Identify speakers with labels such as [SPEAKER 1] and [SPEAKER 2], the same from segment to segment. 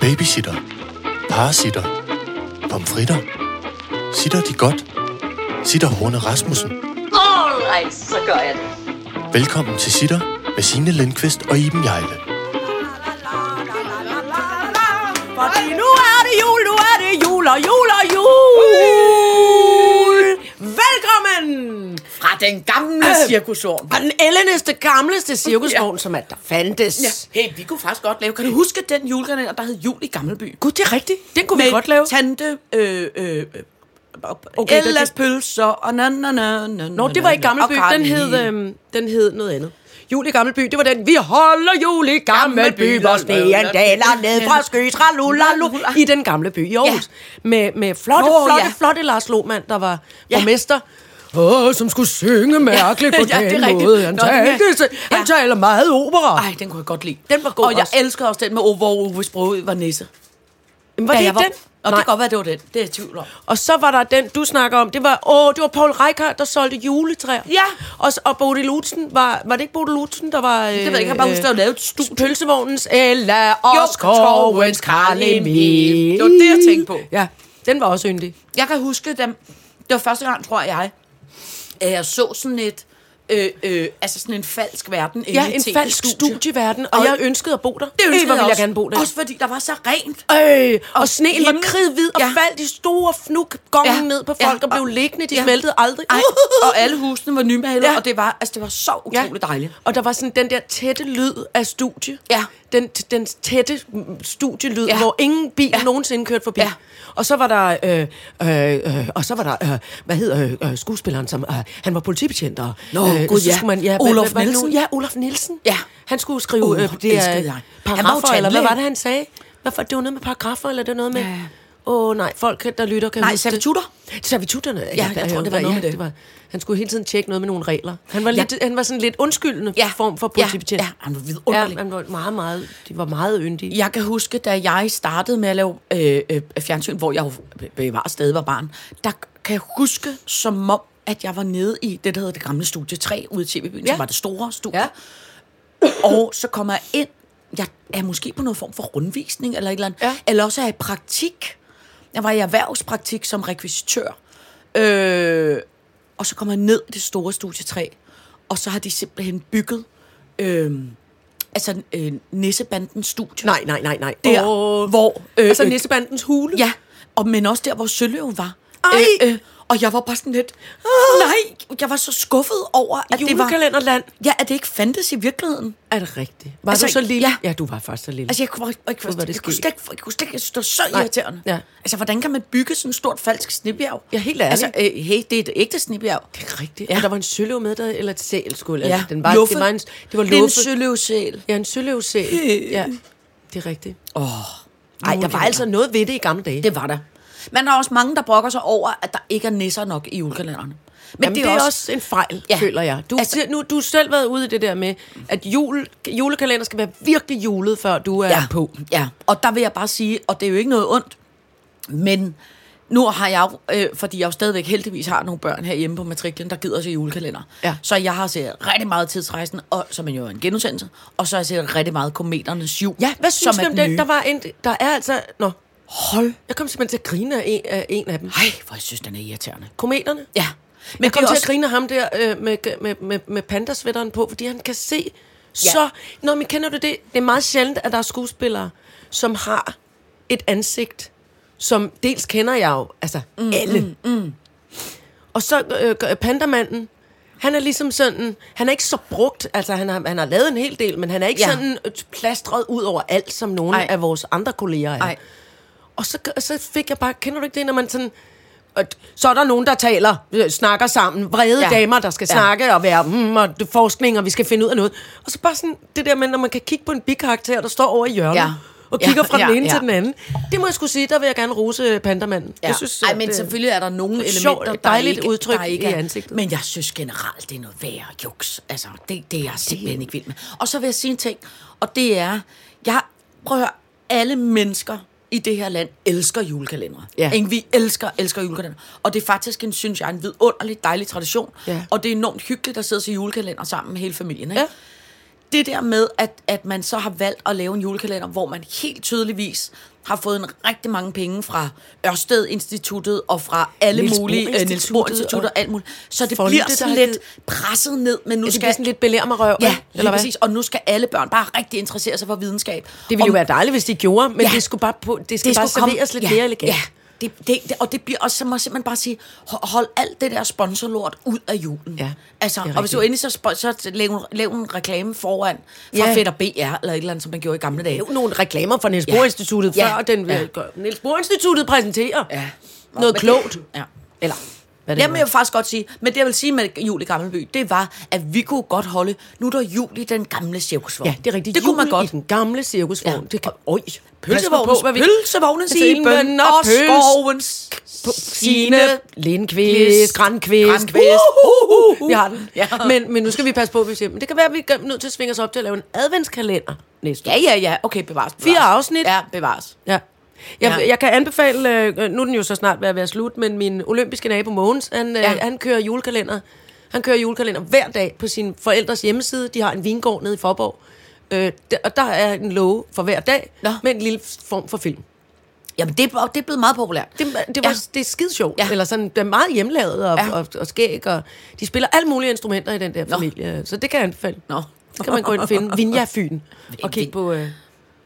[SPEAKER 1] Babysitter. Parasitter. Pomfritter. Sitter de godt? Sitter Horne Rasmussen.
[SPEAKER 2] Alright, så gør jeg det.
[SPEAKER 1] Velkommen til Sitter med Signe Lindqvist og Iben Jejle.
[SPEAKER 3] Fordi nu er det jul, nu er det jul og jul og jul. Velkommen!
[SPEAKER 4] Fra den gamle
[SPEAKER 3] Øh.
[SPEAKER 4] cirkusvogn.
[SPEAKER 3] Og den ældste, gamleste cirkusvogn, som at der fandtes.
[SPEAKER 4] Ja. Hey, vi kunne faktisk godt lave. Kan du huske den julekalender, der hed Jul i Gammelby?
[SPEAKER 3] Gud, det er rigtigt. Den kunne
[SPEAKER 4] Med
[SPEAKER 3] vi godt lave.
[SPEAKER 4] Tante, øh, øh,
[SPEAKER 3] Okay,
[SPEAKER 4] okay,
[SPEAKER 3] det-
[SPEAKER 4] Ellas pølser, og na, na, na, na,
[SPEAKER 3] Nå, det var i Gammelby. Den hed, øhm, den hed noget andet. Jul i Gammelby, det var den. Vi holder jul i Gammelby, hvor sneen daler ned fra sky, tralulalu, i den gamle by i Aarhus. Med, med flotte,
[SPEAKER 4] Nå,
[SPEAKER 3] flotte,
[SPEAKER 4] ja.
[SPEAKER 3] flotte Lars Lohmann, der var
[SPEAKER 4] Ja.
[SPEAKER 3] borgmester. Åh, som skulle synge mærkeligt på
[SPEAKER 4] Ja, det er
[SPEAKER 3] den
[SPEAKER 4] rigtigt.
[SPEAKER 3] måde. Han,
[SPEAKER 4] Nå, den er-
[SPEAKER 3] talte, så- han
[SPEAKER 4] Ja.
[SPEAKER 3] taler meget opera.
[SPEAKER 4] Ej, den kunne jeg godt lide.
[SPEAKER 3] Den var god
[SPEAKER 4] Og jeg
[SPEAKER 3] også.
[SPEAKER 4] elskede også den med, Ove, hvor Ove Sprogø var nisse.
[SPEAKER 3] Jamen, var
[SPEAKER 4] Da
[SPEAKER 3] det
[SPEAKER 4] jeg
[SPEAKER 3] ikke den?
[SPEAKER 4] Og det
[SPEAKER 3] Nej.
[SPEAKER 4] kan godt være, det var den. Det er jeg i tvivl om.
[SPEAKER 3] Og så var der den, du snakker om, det var, åh, det var Paul Reichhardt, der solgte juletræer.
[SPEAKER 4] Ja.
[SPEAKER 3] Og, s- og Bodil Utzen, var, var det ikke Bodil Utzen, der var... Øh, det
[SPEAKER 4] ved jeg ikke, jeg bare husker, der var lavet et studie.
[SPEAKER 3] Pølsevognens Ella
[SPEAKER 4] Jo,
[SPEAKER 3] og Skovens Karl Emil.
[SPEAKER 4] Det var det, jeg tænkte på.
[SPEAKER 3] Ja, den var også yndig.
[SPEAKER 4] øh, Jeg kan huske dem. Det var første gang, tror jeg, at jeg så sådan et... Øh, øh, altså sådan en falsk verden inde
[SPEAKER 3] Ja,
[SPEAKER 4] i
[SPEAKER 3] en
[SPEAKER 4] TV
[SPEAKER 3] falsk
[SPEAKER 4] studie.
[SPEAKER 3] studieverden, E og,
[SPEAKER 4] Og-
[SPEAKER 3] jeg ønskede at bo der.
[SPEAKER 4] Det ønskede
[SPEAKER 3] øh, hvor ville jeg
[SPEAKER 4] også.
[SPEAKER 3] gerne bo der.
[SPEAKER 4] Også fordi der var så rent.
[SPEAKER 3] Øh, og, og sneen var
[SPEAKER 4] himlen.
[SPEAKER 3] kridhvid og ja.
[SPEAKER 4] Ja.
[SPEAKER 3] faldt i store fnuk gongen ja.
[SPEAKER 4] Ja.
[SPEAKER 3] ned på
[SPEAKER 4] Ja.
[SPEAKER 3] folk ja. og blev
[SPEAKER 4] Og-
[SPEAKER 3] liggende. De ja.
[SPEAKER 4] Ja.
[SPEAKER 3] smeltede aldrig.
[SPEAKER 4] Ej, og alle husene var nymalede,
[SPEAKER 3] Ja.
[SPEAKER 4] ja. og det var, altså, det var så utroligt ja. dejligt.
[SPEAKER 3] Og der var sådan den der tætte lyd af studie.
[SPEAKER 4] Ja.
[SPEAKER 3] Den, den tætte mm, studielyd, ja.
[SPEAKER 4] Ja.
[SPEAKER 3] hvor ingen bil ja.
[SPEAKER 4] Ja.
[SPEAKER 3] nogensinde kørte forbi. Ja.
[SPEAKER 4] Ja.
[SPEAKER 3] Og så var der, øh, øh, øh, og så var der øh, hvad hed øh, øh, skuespilleren, som øh, han var politibetjent. Og, øh,
[SPEAKER 4] Nå, gud,
[SPEAKER 3] så
[SPEAKER 4] ja.
[SPEAKER 3] skulle Man, ja hvad-
[SPEAKER 4] Olaf
[SPEAKER 3] hvad- hvad er det nu?
[SPEAKER 4] Nielsen.
[SPEAKER 3] Ja, Olaf Nielsen.
[SPEAKER 4] Ja.
[SPEAKER 3] Han skulle skrive
[SPEAKER 4] Uh,
[SPEAKER 3] øh, det
[SPEAKER 4] elskede jeg.
[SPEAKER 3] er,
[SPEAKER 4] Han var jo
[SPEAKER 3] paragrafer, eller hvad
[SPEAKER 4] tandlæge.
[SPEAKER 3] var det, han sagde? Hvad for, det var noget med paragrafer, eller det var noget med...
[SPEAKER 4] Ja.
[SPEAKER 3] Åh oh, nej, folk der lytter kan
[SPEAKER 4] Nej,
[SPEAKER 3] huske det.
[SPEAKER 4] servitutter.
[SPEAKER 3] Servitutterne. Ja,
[SPEAKER 4] jeg tror, det var
[SPEAKER 3] ja,
[SPEAKER 4] noget med det.
[SPEAKER 3] det var, han skulle hele tiden tjekke noget med nogle regler. Han var,
[SPEAKER 4] Ja.
[SPEAKER 3] lidt, han var sådan lidt undskyldende
[SPEAKER 4] Ja.
[SPEAKER 3] form for
[SPEAKER 4] Ja.
[SPEAKER 3] politibetjent.
[SPEAKER 4] Ja, han var vidunderlig.
[SPEAKER 3] Ja, han var meget, meget, de var meget yndige.
[SPEAKER 4] Jeg kan huske, da jeg startede med at lave øh, øh, fjernsyn, hvor jeg jo bevar stadig var barn, der kan jeg huske som om, at jeg var nede i det, der hedder det gamle studie 3 ude i TV-byen,
[SPEAKER 3] Ja.
[SPEAKER 4] ja. som var det store studie. Ja. Og så kommer jeg ind, jeg er måske på noget form for rundvisning eller et eller andet,
[SPEAKER 3] Ja.
[SPEAKER 4] ja. eller også er jeg i praktik. Jeg var i erhvervspraktik som rekvisitør. Øh, og så kommer jeg ned i det store studie 3, og så har de simpelthen bygget øh, altså øh, Nissebandens studie
[SPEAKER 3] Nej, nej, nej, nej.
[SPEAKER 4] der,
[SPEAKER 3] Åh.
[SPEAKER 4] oh. hvor... Øh,
[SPEAKER 3] altså
[SPEAKER 4] øh,
[SPEAKER 3] Nissebandens hule.
[SPEAKER 4] Ja, og, men også der, hvor Søløv var.
[SPEAKER 3] Ej! Ah!
[SPEAKER 4] Øh, øh, og jeg var bare sådan lidt... Nej, jeg var så skuffet over, at det var...
[SPEAKER 3] Julekalenderland.
[SPEAKER 4] Ja, at det ikke fandtes i virkeligheden.
[SPEAKER 3] Er det rigtigt? Var altså,
[SPEAKER 4] Altså,
[SPEAKER 3] du så lille?
[SPEAKER 4] ja.
[SPEAKER 3] ja, du var faktisk så lille.
[SPEAKER 4] Altså, jeg kunne, jeg, jeg,
[SPEAKER 3] Gud, hvor er
[SPEAKER 4] jeg,
[SPEAKER 3] det
[SPEAKER 4] jeg, kunne
[SPEAKER 3] skægt.
[SPEAKER 4] slet, ikke- jeg kunne slet ikke... Jeg synes, det var så
[SPEAKER 3] Nej.
[SPEAKER 4] irriterende.
[SPEAKER 3] Ja.
[SPEAKER 4] Altså, hvordan kan man bygge sådan et stort falsk snibjerg?
[SPEAKER 3] Ja, helt ærligt.
[SPEAKER 4] Altså, øh, hey, det er et ægte snibjerg.
[SPEAKER 3] det er rigtigt. Ja.
[SPEAKER 4] Ja.
[SPEAKER 3] Og der var en søløv med der, eller et sæl skulle.
[SPEAKER 4] Ja.
[SPEAKER 3] Altså, den var,
[SPEAKER 4] Luffe.
[SPEAKER 3] Det var en, det var
[SPEAKER 4] Det er en
[SPEAKER 3] luffe.
[SPEAKER 4] søløvsæl.
[SPEAKER 3] ja, en søløvsæl. ja, det er rigtigt. Åh. Oh. Ej, der var
[SPEAKER 4] Julekalenderland.
[SPEAKER 3] altså noget ved det i gamle dage.
[SPEAKER 4] Det var der. Men der er også mange, der brokker sig over, at der ikke er nisser nok i julekalenderen. Men
[SPEAKER 3] Jamen, det, er også, også en fejl, ja.
[SPEAKER 4] Ja.
[SPEAKER 3] føler jeg. Du, altså,
[SPEAKER 4] Altså-
[SPEAKER 3] nu, du har selv været ude i det der med, at jul, julekalender skal være virkelig julet, før du er
[SPEAKER 4] ja.
[SPEAKER 3] på.
[SPEAKER 4] på. Ja, og der vil jeg bare sige, og det er jo ikke noget ondt, men nu har jeg jo, øh, fordi jeg jo stadigvæk heldigvis har nogle børn herhjemme på matriklen, der gider se julekalender.
[SPEAKER 3] Ja.
[SPEAKER 4] Så jeg har set rigtig meget Tidsrejsen, og, som er jo en genudsendelse, og så har jeg set rigtig meget Kometernes Jul.
[SPEAKER 3] Ja, hvad synes
[SPEAKER 4] som
[SPEAKER 3] du
[SPEAKER 4] er
[SPEAKER 3] om
[SPEAKER 4] den
[SPEAKER 3] den?
[SPEAKER 4] nye.
[SPEAKER 3] Der, var en, der er altså... Nå, hold. Jeg kom simpelthen til at grine af en af, en af dem.
[SPEAKER 4] Ej, hvor jeg synes, den er irriterende.
[SPEAKER 3] Kometerne.
[SPEAKER 4] Ja.
[SPEAKER 3] Men jeg
[SPEAKER 4] det er
[SPEAKER 3] kom til at
[SPEAKER 4] også-
[SPEAKER 3] grine af ham der øh, med, med, med, med pandasvætteren på, fordi han kan se ja.
[SPEAKER 4] Ja.
[SPEAKER 3] så... Nå, men kender du det? Det er meget sjældent, at der er skuespillere, som har et ansigt, som dels kender jeg jo, altså mm, alle. Mm, mm. Og så øh, øh, pandamanden, han er ligesom sådan, han er ikke så brugt, altså han har, han har lavet en hel del, men han er ikke ja.
[SPEAKER 4] Ja.
[SPEAKER 3] sådan øh, plastret ud over alt, som nogle Ej.
[SPEAKER 4] Ej.
[SPEAKER 3] af vores andre kolleger er.
[SPEAKER 4] Ej.
[SPEAKER 3] Og så, så fik jeg bare, kender du ikke det, når man sådan, at, så er der nogen, der taler, øh, snakker sammen, vrede ja.
[SPEAKER 4] Ja.
[SPEAKER 3] damer, der skal ja.
[SPEAKER 4] Ja.
[SPEAKER 3] snakke og være, mm, og det- forskning, og vi skal finde ud af noget. Og så bare sådan det der med, når man kan kigge på en bikarakter, der står over i hjørnet, ja.
[SPEAKER 4] Ja.
[SPEAKER 3] og kigger
[SPEAKER 4] Ja,
[SPEAKER 3] fra den
[SPEAKER 4] ja,
[SPEAKER 3] ene
[SPEAKER 4] ja.
[SPEAKER 3] til den anden. Det må jeg skulle sige, der vil jeg gerne rose øh, pandamanden.
[SPEAKER 4] Ja.
[SPEAKER 3] Jeg synes,
[SPEAKER 4] Ej,
[SPEAKER 3] at,
[SPEAKER 4] men
[SPEAKER 3] øh,
[SPEAKER 4] selvfølgelig er der nogle elementer,
[SPEAKER 3] sjovt,
[SPEAKER 4] der
[SPEAKER 3] dejligt
[SPEAKER 4] ikke,
[SPEAKER 3] udtryk
[SPEAKER 4] der ikke
[SPEAKER 3] i
[SPEAKER 4] er-
[SPEAKER 3] ansigtet.
[SPEAKER 4] Men jeg synes generelt, det er noget værre juks. Altså, det, det er jeg simpelthen ikke vild med. Og så vil jeg sige en ting, og det er, jeg prøver alle mennesker i det her land elsker julekalendere.
[SPEAKER 3] Ja.
[SPEAKER 4] Ikke? Vi elsker, elsker julekalender. Og det er faktisk, en, synes jeg, en vidunderlig, dejlig tradition.
[SPEAKER 3] Ja.
[SPEAKER 4] Og det er enormt hyggeligt at sidde og se julekalender sammen med hele familien. Ikke?
[SPEAKER 3] Ja.
[SPEAKER 4] det der med, at, at man så har valgt at lave en julekalender, hvor man helt tydeligvis har fået en rigtig mange penge fra Ørsted Instituttet og fra alle
[SPEAKER 3] Niels Bohr
[SPEAKER 4] mulige øh, Niels Bohr
[SPEAKER 3] Instituttet
[SPEAKER 4] Instituttet og
[SPEAKER 3] og
[SPEAKER 4] alt muligt. Så det
[SPEAKER 3] Fonde,
[SPEAKER 4] bliver
[SPEAKER 3] der
[SPEAKER 4] sådan
[SPEAKER 3] har
[SPEAKER 4] lidt
[SPEAKER 3] givet-
[SPEAKER 4] presset ned, men nu
[SPEAKER 3] Det
[SPEAKER 4] skal
[SPEAKER 3] bliver sådan lidt belær mig røv,
[SPEAKER 4] Ja,
[SPEAKER 3] ikke?
[SPEAKER 4] eller præcis. Og nu skal alle børn bare rigtig interessere sig for videnskab.
[SPEAKER 3] Det ville jo
[SPEAKER 4] Og
[SPEAKER 3] være dejligt, hvis de gjorde, men
[SPEAKER 4] Ja.
[SPEAKER 3] ja. det skulle bare, på, det skal det bare
[SPEAKER 4] skulle komme-
[SPEAKER 3] serveres lidt mere elegant.
[SPEAKER 4] Ja, det, det, det, og det bliver også, så må jeg simpelthen bare sige, ho- hold alt det der sponsorlort ud af julen.
[SPEAKER 3] Ja,
[SPEAKER 4] altså,
[SPEAKER 3] det er
[SPEAKER 4] og hvis du
[SPEAKER 3] rigtigt.
[SPEAKER 4] endelig så, spo- så lav, en- lav en reklame foran fra ja.
[SPEAKER 3] Ja.
[SPEAKER 4] Fætter BR, eller et eller andet, som man gjorde i gamle dage.
[SPEAKER 3] Det er jo nogle reklamer fra Niels
[SPEAKER 4] Ja.
[SPEAKER 3] Bohr Instituttet,
[SPEAKER 4] Ja.
[SPEAKER 3] ja. før den
[SPEAKER 4] Ja.
[SPEAKER 3] ja. Niels Bohr Instituttet præsenterer
[SPEAKER 4] Ja.
[SPEAKER 3] noget
[SPEAKER 4] Men-
[SPEAKER 3] klogt.
[SPEAKER 4] Ja.
[SPEAKER 3] Eller, hvad det
[SPEAKER 4] Jamen,
[SPEAKER 3] Jamen,
[SPEAKER 4] jeg vil faktisk godt sige, men det jeg vil sige med jul i Gammelby, det var, at vi kunne godt holde, nu er der jul i den gamle cirkusvogn.
[SPEAKER 3] Ja, det er rigtigt.
[SPEAKER 4] Det kunne man
[SPEAKER 3] Jul
[SPEAKER 4] godt.
[SPEAKER 3] I den gamle cirkusvogn.
[SPEAKER 4] Ja.
[SPEAKER 3] Ja. Det kan, oj,
[SPEAKER 4] Pølsevognens,
[SPEAKER 3] hvad vi-
[SPEAKER 4] pølsevognens
[SPEAKER 3] Simen
[SPEAKER 4] siben
[SPEAKER 3] og
[SPEAKER 4] og
[SPEAKER 3] pøls-
[SPEAKER 4] skovens
[SPEAKER 3] På-
[SPEAKER 4] sine
[SPEAKER 3] Signe Lindqvist, Grandqvist.
[SPEAKER 4] Grandqvist.
[SPEAKER 3] Uh, uh, uh, Vi har den.
[SPEAKER 4] Ja.
[SPEAKER 3] Men, men nu skal vi passe på, hvis vi siger, men det kan være, at vi er nødt til at svinge os op til at lave en adventskalender næste
[SPEAKER 4] Ja, ja, ja. Okay, bevares. bevares.
[SPEAKER 3] Fire afsnit.
[SPEAKER 4] Ja, bevares.
[SPEAKER 3] Ja. Jeg,
[SPEAKER 4] Ja.
[SPEAKER 3] ja. jeg kan anbefale, øh, nu er den jo så snart ved at være slut, men min olympiske nabo Mogens, han, ja.
[SPEAKER 4] Ja.
[SPEAKER 3] øh, han kører julekalender. Han kører julekalender hver dag på sin forældres hjemmeside. De har en vingård nede i Forborg. Øh, der, og der er en låge for hver dag,
[SPEAKER 4] Nå.
[SPEAKER 3] med en lille form for film.
[SPEAKER 4] Jamen, det, er- det er blevet meget populært.
[SPEAKER 3] Det, det, var,
[SPEAKER 4] Ja.
[SPEAKER 3] ja. det er skide sjovt.
[SPEAKER 4] Ja.
[SPEAKER 3] Ja. Eller sådan, det er meget hjemlavet og,
[SPEAKER 4] Ja.
[SPEAKER 3] ja. og, og skæg, og de spiller alle mulige instrumenter i den der familie. Så det kan jeg anbefale.
[SPEAKER 4] Nå.
[SPEAKER 3] Så kan man gå ind og finde Vinja Fyn og kigge på, øh,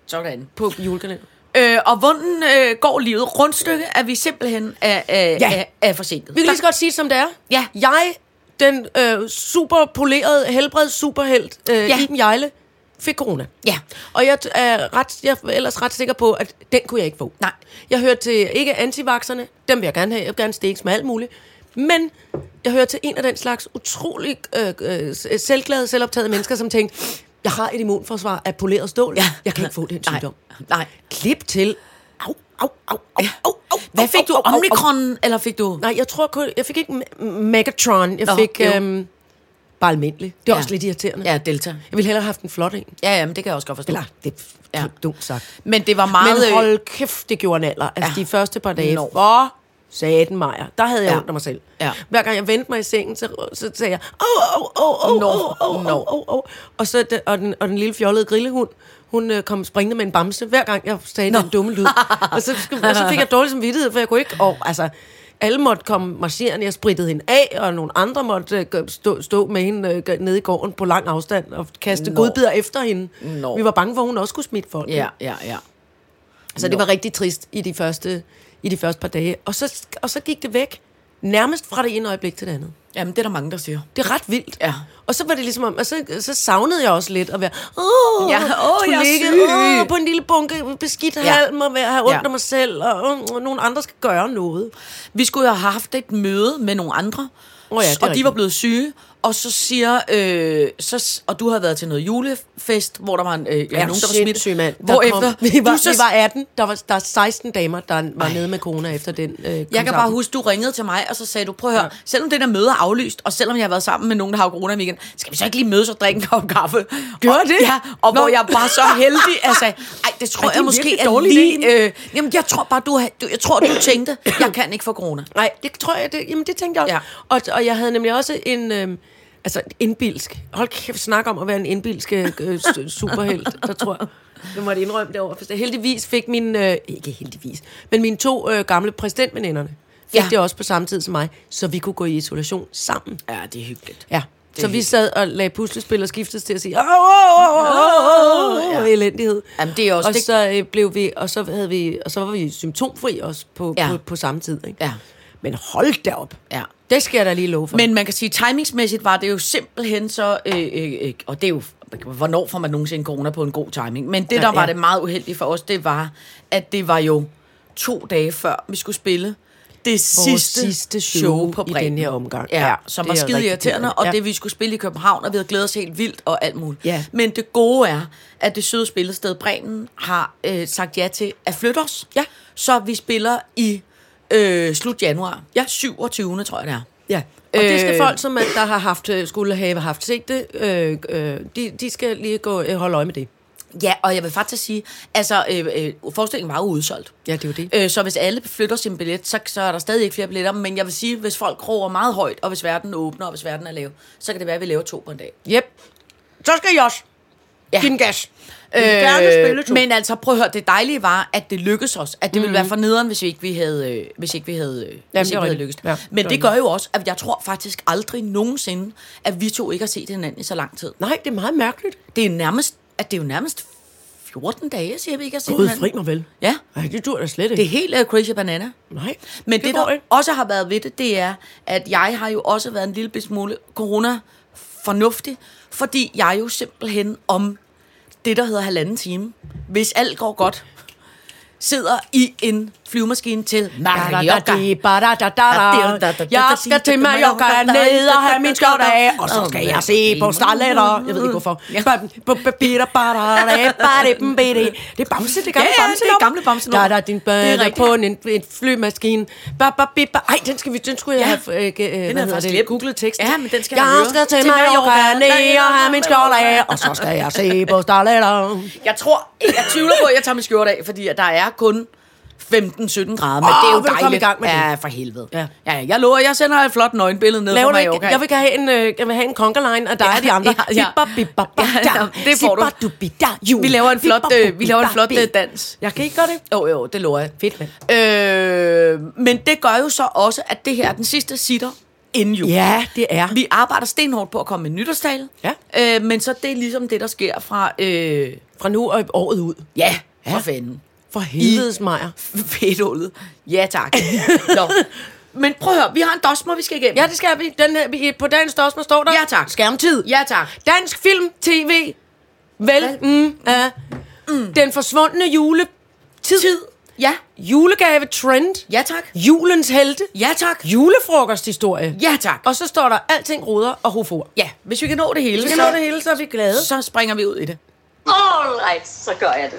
[SPEAKER 4] Sådan.
[SPEAKER 3] på julekalender.
[SPEAKER 4] Øh, og vunden øh, går livet. Rundstykke er vi simpelthen er, er, ja.
[SPEAKER 3] Ja.
[SPEAKER 4] er, er forsinket.
[SPEAKER 3] Vi kan lige så godt sige, det, som det er.
[SPEAKER 4] Ja.
[SPEAKER 3] Jeg, den øh, super polerede, helbreds superhelt, øh,
[SPEAKER 4] Ja.
[SPEAKER 3] ja. Iben Jejle, fik corona.
[SPEAKER 4] Ja.
[SPEAKER 3] Og jeg t- er ret, jeg er ellers ret sikker på, at den kunne jeg ikke få.
[SPEAKER 4] Nej.
[SPEAKER 3] Jeg hører til ikke antivaxerne, dem vil jeg gerne have, jeg vil gerne stikkes med alt muligt. Men jeg hører til en af den slags utrolig øh, øh, s- selvglade, selvoptagede mennesker, som tænkte, jeg har et immunforsvar af poleret stål.
[SPEAKER 4] Ja.
[SPEAKER 3] Jeg kan ikke få den
[SPEAKER 4] Nej.
[SPEAKER 3] sygdom.
[SPEAKER 4] Nej.
[SPEAKER 3] Klip til. Au, au, au, au, au, au,
[SPEAKER 4] Hvad fik
[SPEAKER 3] au,
[SPEAKER 4] du?
[SPEAKER 3] au, au, au.
[SPEAKER 4] Omikron, eller fik du...
[SPEAKER 3] Nej, jeg tror kun... Jeg fik ikke Ma- Megatron. Jeg
[SPEAKER 4] Nå,
[SPEAKER 3] Nå, fik
[SPEAKER 4] jo.
[SPEAKER 3] øhm, bare almindelig. Det er
[SPEAKER 4] Ja.
[SPEAKER 3] ja. også lidt irriterende.
[SPEAKER 4] Ja, Delta.
[SPEAKER 3] Jeg ville hellere have haft en flot en.
[SPEAKER 4] Ja, ja, men det kan jeg også godt forstå.
[SPEAKER 3] Eller, det er f-
[SPEAKER 4] Ja.
[SPEAKER 3] dumt sagt.
[SPEAKER 4] Men det var meget...
[SPEAKER 3] Men hold kæft, det gjorde en alder. Altså,
[SPEAKER 4] Ja.
[SPEAKER 3] ja. de første par dage.
[SPEAKER 4] Nå.
[SPEAKER 3] Hvor sagde den Maja. Der havde jeg
[SPEAKER 4] Ja.
[SPEAKER 3] ondt af mig selv.
[SPEAKER 4] Ja.
[SPEAKER 3] Hver gang jeg vendte mig i sengen, så, så sagde jeg, åh, åh, åh, åh,
[SPEAKER 4] Nå,
[SPEAKER 3] åh, åh,
[SPEAKER 4] nå.
[SPEAKER 3] åh, åh, åh. Og, så, den- og, den, og den lille fjollede grillehund, hun øh, kom springende med en bamse, hver gang jeg sagde den dumme lyd. og, så, skulle- og så fik jeg dårlig samvittighed, for jeg kunne ikke... Og, altså, alle måtte komme marcherende, jeg sprittede hende af, og nogle andre måtte øh, gø- stå, stå med hende øh, gø- nede i gården på lang afstand og kaste
[SPEAKER 4] Nå.
[SPEAKER 3] godbidder efter hende.
[SPEAKER 4] Nå.
[SPEAKER 3] Vi var bange for, at hun også skulle smitte folk.
[SPEAKER 4] øh, Ja, ja, ja.
[SPEAKER 3] Så Altså, det var rigtig trist i de første, i de første par dage. Og så, og så gik det væk, nærmest fra det ene øjeblik til det andet.
[SPEAKER 4] Jamen, det er der mange, der siger.
[SPEAKER 3] Det er ret vildt.
[SPEAKER 4] Ja.
[SPEAKER 3] Og så var det ligesom om, og så, så savnede jeg også lidt at være, åh,
[SPEAKER 4] Ja, åh,
[SPEAKER 3] skulle
[SPEAKER 4] jeg er
[SPEAKER 3] ligge,
[SPEAKER 4] syg."
[SPEAKER 3] åh, på en lille bunke beskidt
[SPEAKER 4] Ja.
[SPEAKER 3] halm og være, have ondt
[SPEAKER 4] Ja.
[SPEAKER 3] ja. af mig selv, og, og, og nogle andre skal gøre noget.
[SPEAKER 4] Vi skulle jo have haft et møde med nogle andre,
[SPEAKER 3] Åh ja, det er
[SPEAKER 4] og de
[SPEAKER 3] rigtigt.
[SPEAKER 4] var blevet syge, og så siger, øh, så, s- og du havde været til noget julefest, hvor der var en, øh, ja, nogen, der var smidt.
[SPEAKER 3] mand.
[SPEAKER 4] Hvor
[SPEAKER 3] Hvorefter,
[SPEAKER 4] efter,
[SPEAKER 3] vi, var,
[SPEAKER 4] du så,
[SPEAKER 3] vi var 18, der, var, der er 16 damer, der var nede med corona efter den øh,
[SPEAKER 4] jeg kan bare huske, du ringede til mig, og så sagde du, prøv at høre, ja. selvom det der møde er aflyst, og selvom jeg har været sammen med nogen, der har corona i weekenden, skal vi så ikke lige mødes og drikke en kop kaffe?
[SPEAKER 3] Gjorde
[SPEAKER 4] og,
[SPEAKER 3] det?
[SPEAKER 4] Ja, og Nå.
[SPEAKER 3] Nå.
[SPEAKER 4] hvor jeg var så heldig, at jeg sagde, ej, det tror
[SPEAKER 3] Ej,
[SPEAKER 4] ej,
[SPEAKER 3] det er
[SPEAKER 4] jeg
[SPEAKER 3] en
[SPEAKER 4] måske
[SPEAKER 3] virkelig
[SPEAKER 4] er
[SPEAKER 3] dårlig idé.
[SPEAKER 4] lige... Øh, jamen, jeg tror bare, du, har- du, jeg tror, du tænkte, jeg kan ikke få corona.
[SPEAKER 3] Nej, det tror jeg, det, jamen det tænkte jeg også.
[SPEAKER 4] Ja.
[SPEAKER 3] Ja. Og, og jeg havde nemlig også en, øhm, altså en indbilsk, hold kæft, snak om at være en indbilsk øh, s- superhelt, der tror jeg. Jeg måtte indrømme det over, for så heldigvis fik min, øh, ikke heldigvis, men mine to øh, gamle præsidentveninderne, fik
[SPEAKER 4] Ja.
[SPEAKER 3] ja. det også på samme tid som mig, så vi kunne gå i isolation sammen.
[SPEAKER 4] Ja, det er hyggeligt.
[SPEAKER 3] Ja.
[SPEAKER 4] Det
[SPEAKER 3] Så
[SPEAKER 4] er
[SPEAKER 3] vi
[SPEAKER 4] helt-
[SPEAKER 3] sad og lagde puslespil og skiftedes til at sige, åh, åh, åh, åh, åh,
[SPEAKER 4] Ja.
[SPEAKER 3] åh, elendighed.
[SPEAKER 4] Jamen, det er også-
[SPEAKER 3] og
[SPEAKER 4] det-
[SPEAKER 3] så øh, blev vi, og så havde vi, og så var vi symptomfri også på,
[SPEAKER 4] Ja.
[SPEAKER 3] på, på samme tid, ikke?
[SPEAKER 4] Ja.
[SPEAKER 3] Men hold da op.
[SPEAKER 4] Ja.
[SPEAKER 3] Det skal jeg da lige love for.
[SPEAKER 4] Men man kan sige, timingsmæssigt var det jo simpelthen så, øh, øh, øh, og det er jo, hvornår får man nogensinde corona på en god timing, men det,
[SPEAKER 3] Ja,
[SPEAKER 4] der var
[SPEAKER 3] ja.
[SPEAKER 4] det meget uheldige for os, det var, at det var jo to dage før, vi skulle spille det sidste,
[SPEAKER 3] sidste show i
[SPEAKER 4] Bremen.
[SPEAKER 3] den her omgang.
[SPEAKER 4] Ja,
[SPEAKER 3] Ja,
[SPEAKER 4] som
[SPEAKER 3] det
[SPEAKER 4] var
[SPEAKER 3] er
[SPEAKER 4] skide
[SPEAKER 3] rigtig
[SPEAKER 4] irriterende,
[SPEAKER 3] kedeligt.
[SPEAKER 4] og
[SPEAKER 3] Ja.
[SPEAKER 4] det vi skulle spille i København, og vi havde glædet os helt vildt og alt muligt.
[SPEAKER 3] Ja.
[SPEAKER 4] Men det gode er, at det søde spillested Bremen har øh, sagt ja til at flytte os,
[SPEAKER 3] Ja.
[SPEAKER 4] så vi spiller i øh, slut januar, ja. 27. tror jeg det er.
[SPEAKER 3] ja. Og det skal
[SPEAKER 4] Øh.
[SPEAKER 3] folk, som øh, der har haft, øh, skulle have haft set det, øh, øh, de, de skal lige gå øh, holde øje med det.
[SPEAKER 4] Ja, og jeg vil faktisk sige, altså, øh, øh, forestillingen var jo udsolgt.
[SPEAKER 3] Ja, det er jo det.
[SPEAKER 4] Øh, så hvis alle flytter sin billet, så, så er der stadig ikke flere billetter. Men jeg vil sige, hvis folk kroger meget højt, og hvis verden åbner, og hvis verden er lav, så kan det være, at vi laver to på en dag.
[SPEAKER 3] Yep. Øh, Så skal I også.
[SPEAKER 4] Ja.
[SPEAKER 3] Giv den gas.
[SPEAKER 4] Øh,
[SPEAKER 3] spille, du.
[SPEAKER 4] men altså, prøv at høre, det dejlige var, at det lykkedes os. At det ville være for nederen, hvis vi ikke, vi havde, øh, hvis ikke vi havde, øh, hvis
[SPEAKER 3] Mhm. det er
[SPEAKER 4] ikke vi havde
[SPEAKER 3] rigtigt.
[SPEAKER 4] lykkes.
[SPEAKER 3] Ja, det er
[SPEAKER 4] men det
[SPEAKER 3] rigtigt.
[SPEAKER 4] gør jo også, at jeg tror faktisk aldrig nogensinde, at vi to ikke har set hinanden i så lang tid.
[SPEAKER 3] Nej, det er meget mærkeligt.
[SPEAKER 4] Det er nærmest, at det er jo nærmest 14 dage, siger vi ikke har set
[SPEAKER 3] Gud,
[SPEAKER 4] hinanden.
[SPEAKER 3] fri mig vel.
[SPEAKER 4] Ja,
[SPEAKER 3] Nej, det dur da slet ikke.
[SPEAKER 4] det er helt uh, crazy banana.
[SPEAKER 3] Nej,
[SPEAKER 4] Men det, det
[SPEAKER 3] går
[SPEAKER 4] der
[SPEAKER 3] ikke.
[SPEAKER 4] også har været ved det, det er, at jeg har jo også været en lille bit smule corona fornuftig, fordi jeg jo simpelthen om det, der hedder halvanden time, hvis alt går godt, sidder i en flyvemaskine til Mallorca.
[SPEAKER 3] Jeg skal til Mallorca ned og have min skjort af, og så skal jeg se på starletter. Jeg ved ikke hvorfor. Det er Bamse, det gamle
[SPEAKER 4] Ja, ja,
[SPEAKER 3] Bamse.
[SPEAKER 4] det er gamle Bamse nu.
[SPEAKER 3] Der er der din
[SPEAKER 4] Det er
[SPEAKER 3] børn
[SPEAKER 4] rigtigt.
[SPEAKER 3] på en, en flymaskine. Ba, ba, bi, ba. Ej, den, skal vi, den skulle jeg
[SPEAKER 4] Ja.
[SPEAKER 3] have øh, ge- øh, hvad hedder
[SPEAKER 4] faktisk
[SPEAKER 3] det?
[SPEAKER 4] glemt.
[SPEAKER 3] googlet teksten.
[SPEAKER 4] Ja, men den skal man
[SPEAKER 3] jeg
[SPEAKER 4] høre.
[SPEAKER 3] skal til
[SPEAKER 4] Til
[SPEAKER 3] Mallorca
[SPEAKER 4] Mallorca,
[SPEAKER 3] ned og have min skjort af,
[SPEAKER 4] Mallorca.
[SPEAKER 3] og så skal jeg se på starletter.
[SPEAKER 4] Jeg tror, jeg tvivler på, at jeg tager min skjorte af, fordi at der er kun 15-17 grader, men det
[SPEAKER 3] Åh,
[SPEAKER 4] er jo
[SPEAKER 3] vil du
[SPEAKER 4] dejligt.
[SPEAKER 3] komme i gang med det?
[SPEAKER 4] Ja, for helvede.
[SPEAKER 3] Ja.
[SPEAKER 4] ja, ja, jeg lover, jeg sender et flot nøgenbillede ned
[SPEAKER 3] Laver
[SPEAKER 4] fra
[SPEAKER 3] du ikke,
[SPEAKER 4] Mallorca.
[SPEAKER 3] jeg vil gerne have en, øh, jeg vil have en kongerline af dig og de andre.
[SPEAKER 4] ja, ja.
[SPEAKER 3] Bipper, bipper, bipper,
[SPEAKER 4] Ja,
[SPEAKER 3] da.
[SPEAKER 4] ja, det får du.
[SPEAKER 3] Sipper, bipper, jo.
[SPEAKER 4] Vi laver en flot,
[SPEAKER 3] Bipper,
[SPEAKER 4] øh, vi laver en flot
[SPEAKER 3] bipper,
[SPEAKER 4] øh, dans.
[SPEAKER 3] Jeg kan ikke gøre det.
[SPEAKER 4] Jo, jo, det lover jeg.
[SPEAKER 3] Fedt, mand.
[SPEAKER 4] Øh, men det gør jo så også, at det her er den sidste sitter inden jul.
[SPEAKER 3] Ja, det er.
[SPEAKER 4] Vi arbejder stenhårdt på at komme med en nytårstale.
[SPEAKER 3] Ja.
[SPEAKER 4] Øh, men så det er ligesom det, der sker fra... Øh,
[SPEAKER 3] Fra nu og året ud.
[SPEAKER 4] ja, ja, for fanden.
[SPEAKER 3] For helvedes Majer.
[SPEAKER 4] Fedtålet. Ja, tak. Nå. Men prøv at høre, vi har en dosmer, vi skal igennem.
[SPEAKER 3] Ja, det skal vi. Den, her- vi- på dagens spørgsmål står der.
[SPEAKER 4] Ja, tak.
[SPEAKER 3] Skærmtid.
[SPEAKER 4] ja tak.
[SPEAKER 3] Dansk film, tv. Vel, mm, ja. Den forsvundne juletid.
[SPEAKER 4] Tid. Ja.
[SPEAKER 3] Julegave trend.
[SPEAKER 4] Ja, tak.
[SPEAKER 3] Julens helte.
[SPEAKER 4] Ja, tak.
[SPEAKER 3] Julefrokosthistorie.
[SPEAKER 4] Ja, tak.
[SPEAKER 3] Og så står der, alting ruder og hofor.
[SPEAKER 4] Ja, hvis vi kan nå det hele,
[SPEAKER 3] Hvis vi kan nå det hele, så er vi glade.
[SPEAKER 4] så springer vi ud i det.
[SPEAKER 2] All right, så gør jeg det.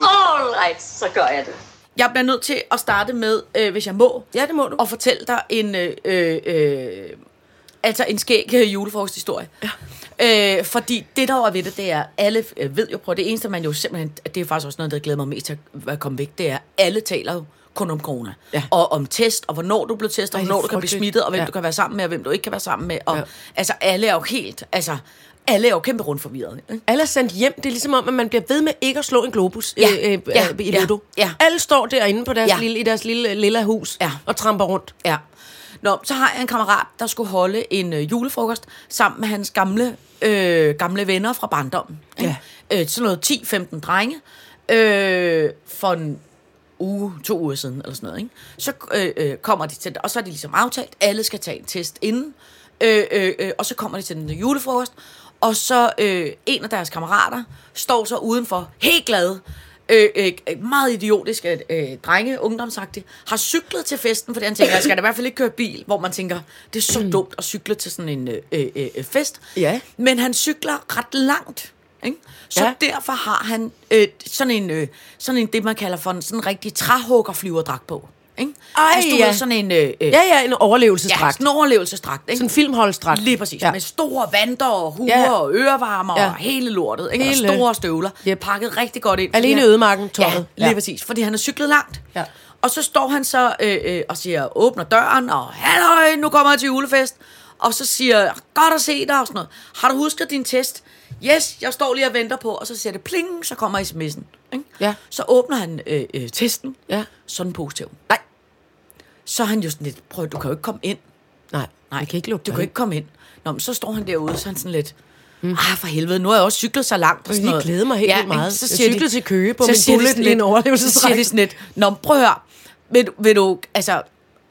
[SPEAKER 2] All right, så gør jeg det.
[SPEAKER 4] Jeg bliver nødt til at starte med, øh, hvis jeg må,
[SPEAKER 3] Ja, det må du.
[SPEAKER 4] og fortælle dig en, øh, øh, øh, altså en skæg øh, julefrokosthistorie. Ja. Øh, fordi det, der jo er ved det, det er, alle øh, ved jo, prøv, det eneste, man jo simpelthen, det er faktisk også noget, der glæder mig mest til at- at komme væk, det er, alle taler jo kun om corona.
[SPEAKER 3] Ja.
[SPEAKER 4] Og om test, og hvornår du bliver testet, og
[SPEAKER 3] Ej, det er
[SPEAKER 4] hvornår du kan blive
[SPEAKER 3] frygteligt.
[SPEAKER 4] smittet, og hvem
[SPEAKER 3] Ja.
[SPEAKER 4] du kan være sammen med, og hvem du ikke kan være sammen med. Og,
[SPEAKER 3] Ja.
[SPEAKER 4] ja. Altså, alle er jo helt, altså, alle er jo kæmpe rundt forvirret. Ikke?
[SPEAKER 3] Alle er sendt hjem. Det er ligesom om, at man bliver ved med ikke at slå en globus
[SPEAKER 4] Ja,
[SPEAKER 3] øh, øh,
[SPEAKER 4] ja,
[SPEAKER 3] øh, i
[SPEAKER 4] ja,
[SPEAKER 3] Ludo.
[SPEAKER 4] ja.
[SPEAKER 3] Alle står derinde på deres
[SPEAKER 4] Ja.
[SPEAKER 3] ja. lille, i deres lille øh, lilla hus
[SPEAKER 4] Ja.
[SPEAKER 3] og tramper rundt.
[SPEAKER 4] Ja. Nå, så har jeg en kammerat, der skulle holde en øh, julefrokost sammen med hans gamle, øh, gamle venner fra barndommen. ikke? Øh, sådan noget 10-15 drenge øh, for en uge, to uger siden, eller sådan noget. Ikke? Så øh, øh, kommer de til og så er de ligesom aftalt, alle skal tage en test inden, øh, øh, øh, og så kommer de til den der julefrokost, og så øh, en af deres kammerater står så udenfor, helt glad, øh, øh, meget idiotisk øh, drenge, ungdomsagtig, har cyklet til festen, fordi han tænker, jeg skal da i hvert fald ikke køre bil, hvor man tænker, det er så dumt at cykle til sådan en øh, øh, øh, fest.
[SPEAKER 3] Ja.
[SPEAKER 4] Men han cykler ret langt. Ikke? Så
[SPEAKER 3] Ja.
[SPEAKER 4] derfor har han øh, sådan, en, øh, sådan en, det man kalder for en sådan rigtig træhuggerflyverdragt på. Ikke?
[SPEAKER 3] Ej,
[SPEAKER 4] altså, du
[SPEAKER 3] ja.
[SPEAKER 4] ved, sådan en, øh, øh,
[SPEAKER 3] Ja, ja, en
[SPEAKER 4] ja,
[SPEAKER 3] overlevelsesdragt.
[SPEAKER 4] sådan en overlevelsesdragt. Ikke?
[SPEAKER 3] Sådan en filmholdsdragt.
[SPEAKER 4] Lige præcis. Ja.
[SPEAKER 3] Ja.
[SPEAKER 4] Med store vanter og huer
[SPEAKER 3] Ja,
[SPEAKER 4] ja.
[SPEAKER 3] ja.
[SPEAKER 4] og ørevarmer ja.
[SPEAKER 3] Ja.
[SPEAKER 4] og hele lortet. Ikke? Hele.
[SPEAKER 3] Hele.
[SPEAKER 4] Og store støvler. Yep.
[SPEAKER 3] Yep.
[SPEAKER 4] Pakket rigtig godt ind.
[SPEAKER 3] Alene
[SPEAKER 4] fordi
[SPEAKER 3] i ødemarken, tøjet.
[SPEAKER 4] Ja, lige ja.
[SPEAKER 3] Ja.
[SPEAKER 4] præcis. Fordi han har cyklet langt.
[SPEAKER 3] Ja.
[SPEAKER 4] Og så står han så øh, øh, og siger, åbner døren, og halløj, nu kommer jeg til julefest. Og så siger jeg, godt at se dig, og sådan noget. Har du husket din test? Yes, jeg står lige og venter på. Og så siger det pling, så kommer sms'en. Ikke?
[SPEAKER 3] Ja.
[SPEAKER 4] Så åbner han øh, øh, testen.
[SPEAKER 3] Ja.
[SPEAKER 4] Sådan positiv.
[SPEAKER 3] Nej.
[SPEAKER 4] Så er han jo sådan lidt, prøv, du kan jo ikke komme ind.
[SPEAKER 3] Nej,
[SPEAKER 4] Nej,
[SPEAKER 3] jeg kan ikke lugte
[SPEAKER 4] du kan ikke komme ind. Nå, men så står han derude, så er han sådan lidt... Mm. Ah, for helvede, nu har jeg også cyklet så langt. Og sådan
[SPEAKER 3] lige
[SPEAKER 4] noget."
[SPEAKER 3] glæde mig helt vildt
[SPEAKER 4] men
[SPEAKER 3] meget.
[SPEAKER 4] Så
[SPEAKER 3] Jeg
[SPEAKER 4] siger de-
[SPEAKER 3] cyklede til Køge på
[SPEAKER 4] så
[SPEAKER 3] min
[SPEAKER 4] siger de
[SPEAKER 3] bullet
[SPEAKER 4] sådan
[SPEAKER 3] i en
[SPEAKER 4] lidt- Så siger de
[SPEAKER 3] overlevelsesdragt.
[SPEAKER 4] sådan lidt, Nå, men prøv at høre, vil, du- vil du, altså,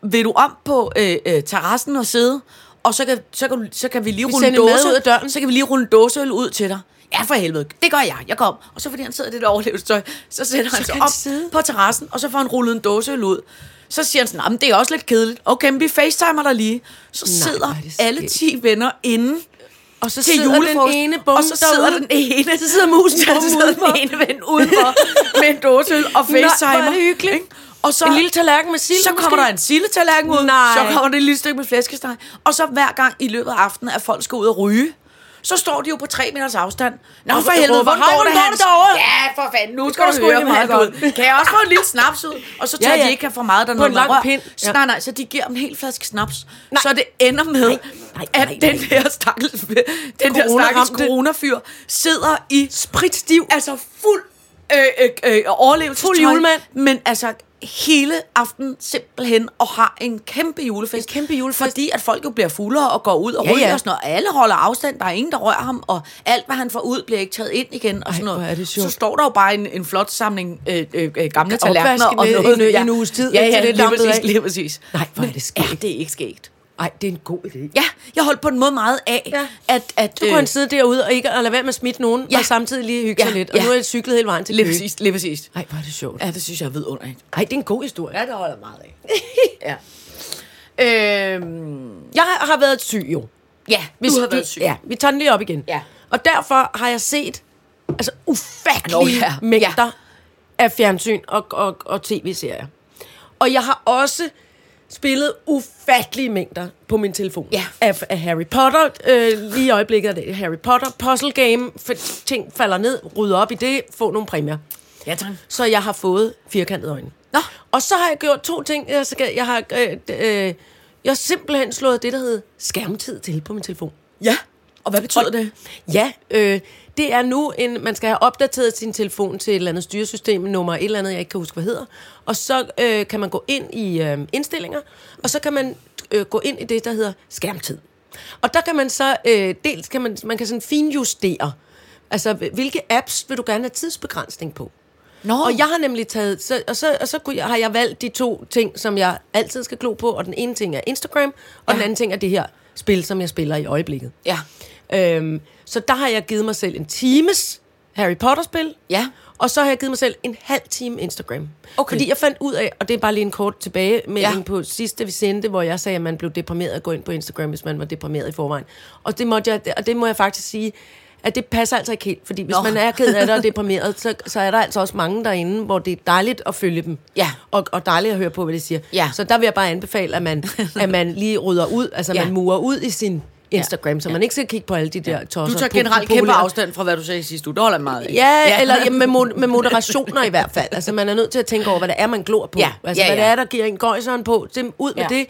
[SPEAKER 4] vil du om på øh, øh, terrassen og sidde, og så kan, så kan, du- så kan vi lige rulle en
[SPEAKER 3] sender mad
[SPEAKER 4] dåse
[SPEAKER 3] ud af døren.
[SPEAKER 4] Så kan vi lige rulle en dåseøl ud til dig. Ja, for helvede, det gør jeg. Jeg kommer. Og så fordi han sidder i det der overlevelsestøj, så sætter han
[SPEAKER 3] Så
[SPEAKER 4] sig
[SPEAKER 3] kan
[SPEAKER 4] op
[SPEAKER 3] han sidde.
[SPEAKER 4] på terrassen, og så får han rullet en dåseøl ud. Så siger han sådan, "Nå, men det er også lidt kedeligt. Okay, men vi facetimer dig lige. Så
[SPEAKER 3] Nej,
[SPEAKER 4] sidder
[SPEAKER 3] hvor er det
[SPEAKER 4] alle
[SPEAKER 3] skægt.
[SPEAKER 4] 10 venner inde
[SPEAKER 3] Og så
[SPEAKER 4] til
[SPEAKER 3] sidder
[SPEAKER 4] julefrokost,
[SPEAKER 3] den ene bum
[SPEAKER 4] og så sidder
[SPEAKER 3] derude.
[SPEAKER 4] den ene,
[SPEAKER 3] Så sidder musen
[SPEAKER 4] så
[SPEAKER 3] bum
[SPEAKER 4] sidder den
[SPEAKER 3] udenfor.
[SPEAKER 4] ene ven udenfor med en dåse øl og
[SPEAKER 3] Nej, hvor er det
[SPEAKER 4] facetimer.
[SPEAKER 3] hyggeligt.
[SPEAKER 4] ikke? Og så,
[SPEAKER 3] En lille tallerken med sild
[SPEAKER 4] så kommer
[SPEAKER 3] måske?
[SPEAKER 4] der en sildetallerken ud,
[SPEAKER 3] Nej.
[SPEAKER 4] så kommer der et lille stykke med flæskesteg, og så hver gang i løbet af aftenen, at folk skal ud og ryge, så står de jo på tre meters afstand. Nå,
[SPEAKER 3] Og
[SPEAKER 4] for
[SPEAKER 3] råber,
[SPEAKER 4] helvede,
[SPEAKER 3] "Hej,
[SPEAKER 4] hvor går
[SPEAKER 3] hvordan
[SPEAKER 4] det,
[SPEAKER 3] går
[SPEAKER 4] Hans?
[SPEAKER 3] det derovre?"
[SPEAKER 4] Ja, for fanden, nu skal
[SPEAKER 3] går
[SPEAKER 4] du
[SPEAKER 3] sgu
[SPEAKER 4] høre
[SPEAKER 3] egentlig
[SPEAKER 4] mig
[SPEAKER 3] meget
[SPEAKER 4] godt.
[SPEAKER 3] godt.
[SPEAKER 4] Kan jeg også få en lille snaps ud? Og så
[SPEAKER 3] Ja,
[SPEAKER 4] tager ja, ja.
[SPEAKER 3] ja.
[SPEAKER 4] de ikke have for meget, der
[SPEAKER 3] På
[SPEAKER 4] noget
[SPEAKER 3] en lang
[SPEAKER 4] rør.
[SPEAKER 3] pind.
[SPEAKER 4] Så,
[SPEAKER 3] Ja.
[SPEAKER 4] nej, nej, så de giver dem en hel flaske snaps. Så det ender med, nej, nej, at den der stakkels, den der stakkels
[SPEAKER 3] Coronaramte.
[SPEAKER 4] coronafyr sidder i spritstiv, altså fuld øh, øh, øh, overlevelsestøj.
[SPEAKER 3] Fuld julemand.
[SPEAKER 4] Men altså hele aften simpelthen, og har en kæmpe julefest.
[SPEAKER 3] En kæmpe julefest.
[SPEAKER 4] Fordi at folk jo bliver fuldere og går ud og
[SPEAKER 3] Ja,
[SPEAKER 4] ja, ryger
[SPEAKER 3] ja.
[SPEAKER 4] ja. og sådan noget. Alle holder afstand, der er ingen, der rører ham, og alt, hvad han får ud, bliver ikke taget ind igen og sådan
[SPEAKER 3] hvor
[SPEAKER 4] noget.
[SPEAKER 3] er det sjovt.
[SPEAKER 4] Så står der jo bare en, en flot samling øh, øh, øh, gamle
[SPEAKER 3] Opvaske
[SPEAKER 4] tallerkener og
[SPEAKER 3] med
[SPEAKER 4] noget.
[SPEAKER 3] en- en uges tid,
[SPEAKER 4] ja,
[SPEAKER 3] indtil
[SPEAKER 4] ja,
[SPEAKER 3] det er
[SPEAKER 4] lige
[SPEAKER 3] dampet
[SPEAKER 4] præcis,
[SPEAKER 3] af.
[SPEAKER 4] lige præcis.
[SPEAKER 3] Nej, hvor er
[SPEAKER 4] Men
[SPEAKER 3] det skægt.
[SPEAKER 4] Er det ikke skægt?
[SPEAKER 3] Nej, det er en god idé.
[SPEAKER 4] Ja, jeg holdt på en måde meget af,
[SPEAKER 3] Ja.
[SPEAKER 4] ja. at... at
[SPEAKER 3] Så kunne han sidde derude og ikke og lade være med at smitte nogen, ja.
[SPEAKER 4] Øh. Ja.
[SPEAKER 3] og samtidig lige hygge ja. sig
[SPEAKER 4] Ja,
[SPEAKER 3] lidt. Og ja.
[SPEAKER 4] ja.
[SPEAKER 3] nu er jeg cyklet hele vejen til
[SPEAKER 4] Lige
[SPEAKER 3] Køge.
[SPEAKER 4] præcis, lige præcis.
[SPEAKER 3] Nej, hvor er det sjovt.
[SPEAKER 4] Ja, det synes jeg er vidunderligt.
[SPEAKER 3] Nej, det er en god historie.
[SPEAKER 4] det holder jeg meget af. ja. Øhm,
[SPEAKER 3] Jeg har været syg jo.
[SPEAKER 4] ja,
[SPEAKER 3] Hvis
[SPEAKER 4] du har
[SPEAKER 3] vi-
[SPEAKER 4] været syg.
[SPEAKER 3] Ja, vi tager den lige op igen.
[SPEAKER 4] Ja.
[SPEAKER 3] Og derfor har jeg set altså, ufattelige
[SPEAKER 4] Nå, ja.
[SPEAKER 3] mængder af fjernsyn og, og, og tv-serier. Og jeg har også spillet ufattelige mængder på min telefon.
[SPEAKER 4] Ja.
[SPEAKER 3] Af, af Harry Potter. Øh, lige i øjeblikket er det Harry Potter. Puzzle game. For ting falder ned. Rydde op i det. Få nogle præmier.
[SPEAKER 4] ja tak.
[SPEAKER 3] Så jeg har fået firkantede øjne.
[SPEAKER 4] Nå.
[SPEAKER 3] Og så har jeg gjort to ting. Jeg, skal, jeg har øh, d- øh, jeg har simpelthen slået det, der hedder skærmtid til på min telefon.
[SPEAKER 4] Ja, og hvad betyder
[SPEAKER 3] Og-
[SPEAKER 4] det?
[SPEAKER 3] Ja, øh, det er nu en... Man skal have opdateret sin telefon til et eller andet styresystem, nummer et eller andet, jeg ikke kan huske, hvad hedder. Og så øh, kan man gå ind i øh, indstillinger, og så kan man øh, gå ind i det, der hedder skærmtid. Og der kan man så... Øh, dels kan man, man kan sådan finjustere, altså hvilke apps vil du gerne have tidsbegrænsning på?
[SPEAKER 4] Nå,
[SPEAKER 3] Og jeg har nemlig taget, så, og, så, og så kunne jeg, har jeg valgt de to ting, som jeg altid skal glo på, og den ene ting er Instagram, og ja. den anden ting er det her spil, som jeg spiller i øjeblikket.
[SPEAKER 4] Ja.
[SPEAKER 3] Øhm, så der har jeg givet mig selv en times Harry Potter-spil,
[SPEAKER 4] Ja.
[SPEAKER 3] og så har jeg givet mig selv en halv time Instagram.
[SPEAKER 4] Okay.
[SPEAKER 3] Fordi jeg fandt ud af, og det er bare lige en kort tilbagemelding
[SPEAKER 4] Ja.
[SPEAKER 3] på sidste vi sendte, hvor jeg sagde, at man blev deprimeret at gå ind på Instagram, hvis man var deprimeret i forvejen. Og det, måtte jeg, og det må jeg faktisk sige, at det passer altså ikke helt, fordi hvis Nå.
[SPEAKER 4] Nå.
[SPEAKER 3] man er ked af det og deprimeret, så, så er der altså også mange derinde, hvor det er dejligt at følge dem.
[SPEAKER 4] Ja.
[SPEAKER 3] Og, og dejligt at høre på, hvad de siger.
[SPEAKER 4] Ja.
[SPEAKER 3] Så der vil jeg bare anbefale, at man, at man lige rydder ud, altså ja.
[SPEAKER 4] Ja.
[SPEAKER 3] man murer ud i sin Instagram, så man ikke skal kigge på alle de der tosser.
[SPEAKER 4] Du tager
[SPEAKER 3] på-
[SPEAKER 4] generelt
[SPEAKER 3] populære-
[SPEAKER 4] kæmpe afstand fra, hvad du sagde sidst uge. Det holder jeg meget af.
[SPEAKER 3] Ja, ja. eller ja, med, mod, med moderationer i hvert fald. Altså, man er nødt til at tænke over, hvad det er, man glor på.
[SPEAKER 4] Ja,
[SPEAKER 3] Altså,
[SPEAKER 4] ja,
[SPEAKER 3] hvad det
[SPEAKER 4] ja.
[SPEAKER 3] er, der giver en gøjseren på. Dem, ud med
[SPEAKER 4] Ja. Mm.
[SPEAKER 3] det.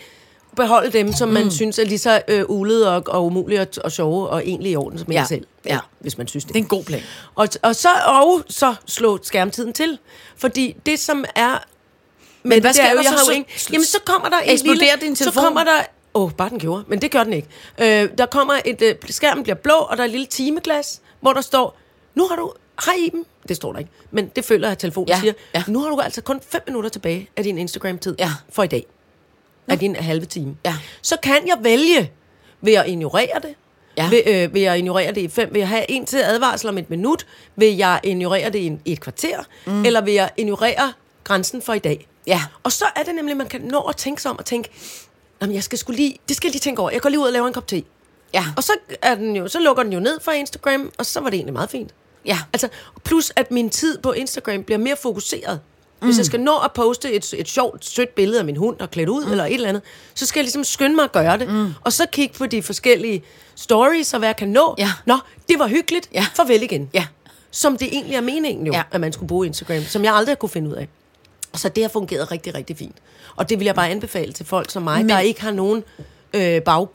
[SPEAKER 3] Behold dem, som man synes er lige så øh, ulede og, og umulige at, at sove, og egentlig i orden som ja.
[SPEAKER 4] Ja,
[SPEAKER 3] en selv.
[SPEAKER 4] ja.
[SPEAKER 3] Hvis man synes det.
[SPEAKER 4] Det er en god plan.
[SPEAKER 3] Og, og, så, og så slå skærmtiden til. Fordi det, som er... Men,
[SPEAKER 4] hvad sker der
[SPEAKER 3] jeg
[SPEAKER 4] så?
[SPEAKER 3] har jo
[SPEAKER 4] Så-
[SPEAKER 3] ikke, jamen, så kommer der en
[SPEAKER 4] Eksploderer
[SPEAKER 3] lille,
[SPEAKER 4] din telefon?
[SPEAKER 3] Så kommer der... Åh, oh, bare den gjorde, men det gør den ikke. Øh, der kommer et... Øh, skærmen bliver blå, og der er et lille timeglas, hvor der står... Nu har du... Hej Iben. Det står der ikke. Men det føler jeg, at telefonen
[SPEAKER 4] Ja,
[SPEAKER 3] siger.
[SPEAKER 4] ja.
[SPEAKER 3] Nu har du altså kun 5 minutter tilbage af din Instagram-tid
[SPEAKER 4] Ja.
[SPEAKER 3] for i dag. Af din halve time.
[SPEAKER 4] Ja.
[SPEAKER 3] Så kan jeg vælge ved at ignorere det,
[SPEAKER 4] Ja.
[SPEAKER 3] ved, øh, vil jeg ignorere det i fem? Vil jeg have en til advarsel om et minut? Vil jeg ignorere det i, en, i et kvarter? Mm. Eller vil jeg ignorere grænsen for i dag?
[SPEAKER 4] Ja.
[SPEAKER 3] Og så er det nemlig, at man kan nå at tænke sig om og tænke, jamen jeg skal skulle lige, det skal jeg lige tænke over. Jeg går lige ud og laver en kop te.
[SPEAKER 4] Ja.
[SPEAKER 3] Og så, er den jo, så lukker den jo ned fra Instagram, og så var det egentlig meget fint.
[SPEAKER 4] Ja.
[SPEAKER 3] Altså, plus at min tid på Instagram bliver mere fokuseret. Hvis jeg skal nå at poste et, et sjovt, sødt billede af min hund, der er klædt ud, mm. eller et eller andet, så skal jeg ligesom skynde mig at gøre det. Mm. Og så kigge på de forskellige stories, og hvad jeg kan nå.
[SPEAKER 4] Ja.
[SPEAKER 3] Nå, det var hyggeligt.
[SPEAKER 4] Ja.
[SPEAKER 3] Farvel igen.
[SPEAKER 4] Ja.
[SPEAKER 3] Som det egentlig er meningen jo, ja.
[SPEAKER 4] Ja.
[SPEAKER 3] at man skulle bruge Instagram, som jeg aldrig kunne finde ud af. Så det har fungeret rigtig, rigtig fint. Og det vil jeg bare anbefale til folk som mig, Men. der ikke har nogen øh, bag,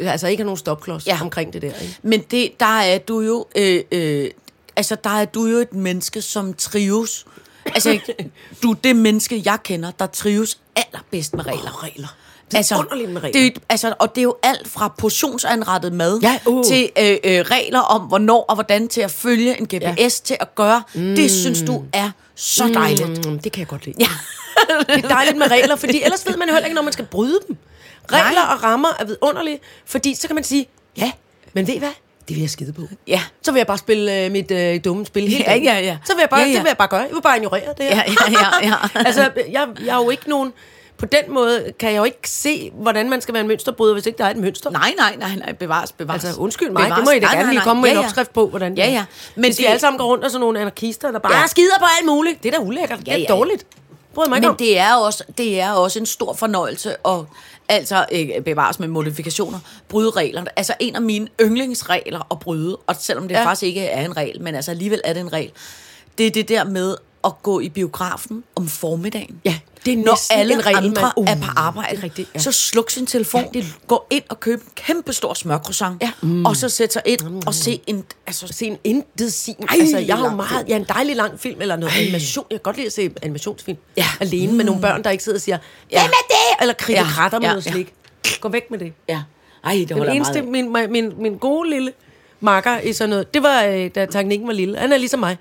[SPEAKER 3] altså ikke har nogen stopklods ja.
[SPEAKER 4] Ja.
[SPEAKER 3] omkring det der. Ikke?
[SPEAKER 4] Men det, der er du jo... Øh, øh, altså, der er du jo et menneske, som trives. Altså, du er det menneske, jeg kender, der trives allerbedst med regler.
[SPEAKER 3] Åh, regler. Det er underligt med regler.
[SPEAKER 4] Det er, jo- altså, og det er jo alt fra portionsanrettet mad
[SPEAKER 3] Ja, uh.
[SPEAKER 4] til øh, øh, regler om, hvornår og hvordan til at følge en GPS
[SPEAKER 3] Ja.
[SPEAKER 4] til at gøre. Mm. Det synes du er så dejligt. Mm.
[SPEAKER 3] Mm, det kan jeg godt lide. Mm.
[SPEAKER 4] Ja.
[SPEAKER 3] Det er dejligt med regler, fordi ellers ved man jo heller ikke, når man skal bryde dem. Regler
[SPEAKER 4] Nej.
[SPEAKER 3] og rammer er vidunderlige, fordi så kan man sige, ja, men ved I hvad? Det vil jeg skide på.
[SPEAKER 4] Ja.
[SPEAKER 3] Så vil jeg bare spille øh, mit øh, dumme spil hele
[SPEAKER 4] Ja,
[SPEAKER 3] dagen.
[SPEAKER 4] ja, ja.
[SPEAKER 3] Så vil jeg bare,
[SPEAKER 4] Ja, ja.
[SPEAKER 3] Det vil jeg bare gøre. Jeg vil bare ignorere det her.
[SPEAKER 4] Ja, ja, ja, ja.
[SPEAKER 3] altså, jeg, jeg er jo ikke nogen... På den måde kan jeg jo ikke se, hvordan man skal være en mønsterbryder, hvis ikke der er et mønster.
[SPEAKER 4] Nej, nej, nej, nej, bevares, bevares.
[SPEAKER 3] Altså, undskyld mig, det må I da gerne lige komme med en opskrift på, hvordan det
[SPEAKER 4] Ja,
[SPEAKER 3] er.
[SPEAKER 4] ja.
[SPEAKER 3] Men Hvis det... vi alle sammen går rundt og sådan nogle anarkister, der bare ja.
[SPEAKER 4] Ja.
[SPEAKER 3] skider på alt muligt. Det er da ulækkert. Ja,
[SPEAKER 4] Ja,
[SPEAKER 3] ja, Det
[SPEAKER 4] ja,
[SPEAKER 3] er
[SPEAKER 4] ja.
[SPEAKER 3] dårligt. Bryder mig ikke
[SPEAKER 4] Men
[SPEAKER 3] om.
[SPEAKER 4] det er, også, det er også en stor fornøjelse at altså, øh, bevares med modifikationer, bryde reglerne. Altså en af mine yndlingsregler at bryde, og selvom det
[SPEAKER 3] Ja.
[SPEAKER 4] ja. faktisk ikke er en regel, men altså alligevel er det en regel, det er det der med at gå i biografen om formiddagen.
[SPEAKER 3] Ja, Det er
[SPEAKER 4] når
[SPEAKER 3] næsten
[SPEAKER 4] alle
[SPEAKER 3] en regel,
[SPEAKER 4] andre
[SPEAKER 3] man-
[SPEAKER 4] er
[SPEAKER 3] Uh,
[SPEAKER 4] på
[SPEAKER 3] det er
[SPEAKER 4] arbejde,
[SPEAKER 3] rigtigt, ja.
[SPEAKER 4] så sluk sin telefon, ja, det... gå ind og køb en kæmpe stor smørcroissant,
[SPEAKER 3] Ja. Mm.
[SPEAKER 4] mm. og så sætte sig ind og se en... Altså,
[SPEAKER 3] se en intet sin.
[SPEAKER 4] Ej,
[SPEAKER 3] altså, jeg har jo
[SPEAKER 4] lang
[SPEAKER 3] meget,
[SPEAKER 4] film.
[SPEAKER 3] jeg er en dejlig lang film, eller noget Ej. animation. Jeg kan godt lide at se animationsfilm.
[SPEAKER 4] Ja.
[SPEAKER 3] Alene mm. med nogle børn, der ikke sidder og siger, ja. hvem er det? Eller kritter ja. kratter med ja. noget slik. Gå væk med det.
[SPEAKER 4] ja. Ej, det
[SPEAKER 3] Den
[SPEAKER 4] holder jeg
[SPEAKER 3] eneste,
[SPEAKER 4] meget af.
[SPEAKER 3] min, min, min, min gode lille makker i sådan noget, det var, øh, da teknikken var lille. Han er ligesom mig. Han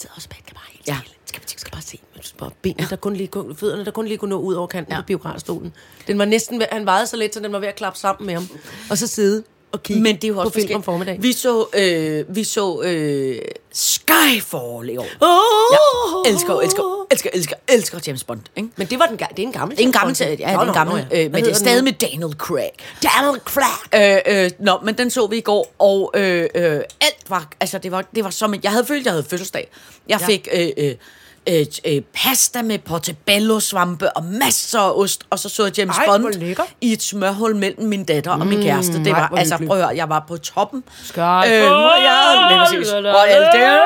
[SPEAKER 3] sidder også bag, kan bare helt
[SPEAKER 4] Ja.
[SPEAKER 3] ja. Skal, vi- skal bare se. Men så Bare benene, der kun lige, kunne- fødderne, der kun lige kunne nå ud over kanten ja. på biografstolen. Den var næsten, ved- han vejede så lidt, så den var ved at klappe sammen med ham. Og så sidde og kigge
[SPEAKER 4] Men det er jo også
[SPEAKER 3] på film om
[SPEAKER 4] forskelligt.
[SPEAKER 3] formiddagen.
[SPEAKER 4] Vi så, øh, vi så øh, Skyfall i år.
[SPEAKER 3] oh,
[SPEAKER 4] Elsker, elsker, elsker, elsker, elsker James Bond, ikke?
[SPEAKER 3] Men det var den, ga- det er en gammel
[SPEAKER 4] Det er en gammel serie, ja, det er en gammel, øh, men det er stadig med Daniel Craig.
[SPEAKER 3] Donald Clark.
[SPEAKER 4] Øh, øh, nå, men den så vi i går, og øh, øh, alt var, altså det var, det var som, jeg havde følt, jeg havde fødselsdag. Jeg
[SPEAKER 3] Ja.
[SPEAKER 4] ja. fik øh, øh, øh, øh, pasta med portobello-svampe og masser af ost, og så så jeg James
[SPEAKER 3] Ej, hvor
[SPEAKER 4] Bond
[SPEAKER 3] lækker. Mm,
[SPEAKER 4] i et smørhul mellem min datter og min kæreste. Det
[SPEAKER 3] ej,
[SPEAKER 4] var,
[SPEAKER 3] hvor
[SPEAKER 4] altså
[SPEAKER 3] hyggeligt.
[SPEAKER 4] prøv at høre, jeg var på toppen.
[SPEAKER 3] Skal-
[SPEAKER 4] og jeg, lige præcis. Og alt det,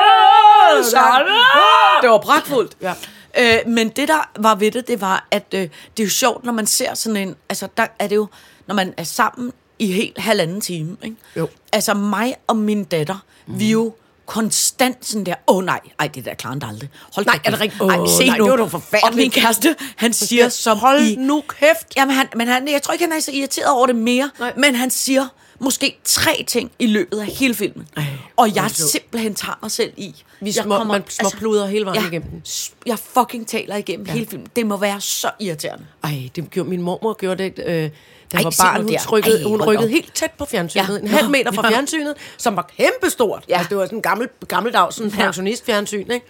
[SPEAKER 4] det var pragtfuldt.
[SPEAKER 3] Ja.
[SPEAKER 4] Øh, men det, der var ved det, det var, at øh, det er jo sjovt, når man ser sådan en... Altså, der er det jo... Når man er sammen i helt halvanden time, ikke?
[SPEAKER 3] Jo.
[SPEAKER 4] Altså, mig og min datter, mm. vi er jo konstant sådan der, åh oh, nej, ej, det der klarer han da aldrig. Hold nej, er det rigtigt? Åh,
[SPEAKER 3] Åh,
[SPEAKER 4] oh, se
[SPEAKER 3] nej,
[SPEAKER 4] nu.
[SPEAKER 3] det var da forfærdeligt.
[SPEAKER 4] Og min kæreste, han siger som
[SPEAKER 3] Hold
[SPEAKER 4] i,
[SPEAKER 3] nu kæft.
[SPEAKER 4] Jamen, han, men han, jeg tror ikke, han er så irriteret over det mere,
[SPEAKER 3] Nej.
[SPEAKER 4] Nej. men han siger måske tre ting i løbet af hele filmen.
[SPEAKER 3] Ej,
[SPEAKER 4] Ej,
[SPEAKER 3] hvor
[SPEAKER 4] og jeg
[SPEAKER 3] er det klogt.
[SPEAKER 4] simpelthen tager mig selv i.
[SPEAKER 3] Vi
[SPEAKER 4] jeg altså-
[SPEAKER 3] små- man småpludrer hele vejen
[SPEAKER 4] jeg,
[SPEAKER 3] igennem den.
[SPEAKER 4] s- Jeg fucking taler igennem ja. hele filmen. Det må være så irriterende.
[SPEAKER 3] Ej, det gjorde, min mormor gjorde det, øh, da jeg
[SPEAKER 4] Ej,
[SPEAKER 3] var
[SPEAKER 4] sig nu
[SPEAKER 3] barn. Hun,
[SPEAKER 4] der.
[SPEAKER 3] trykkede,
[SPEAKER 4] Ej,
[SPEAKER 3] hun
[SPEAKER 4] hold
[SPEAKER 3] rykkede
[SPEAKER 4] op.
[SPEAKER 3] helt tæt på fjernsynet.
[SPEAKER 4] Ja.
[SPEAKER 3] En halv meter fra
[SPEAKER 4] Nå.
[SPEAKER 3] fjernsynet, som var kæmpestort. Ja.
[SPEAKER 4] Ja.
[SPEAKER 3] Altså, det var sådan en gammel, gammeldags sådan pensionistfjernsyn, ikke?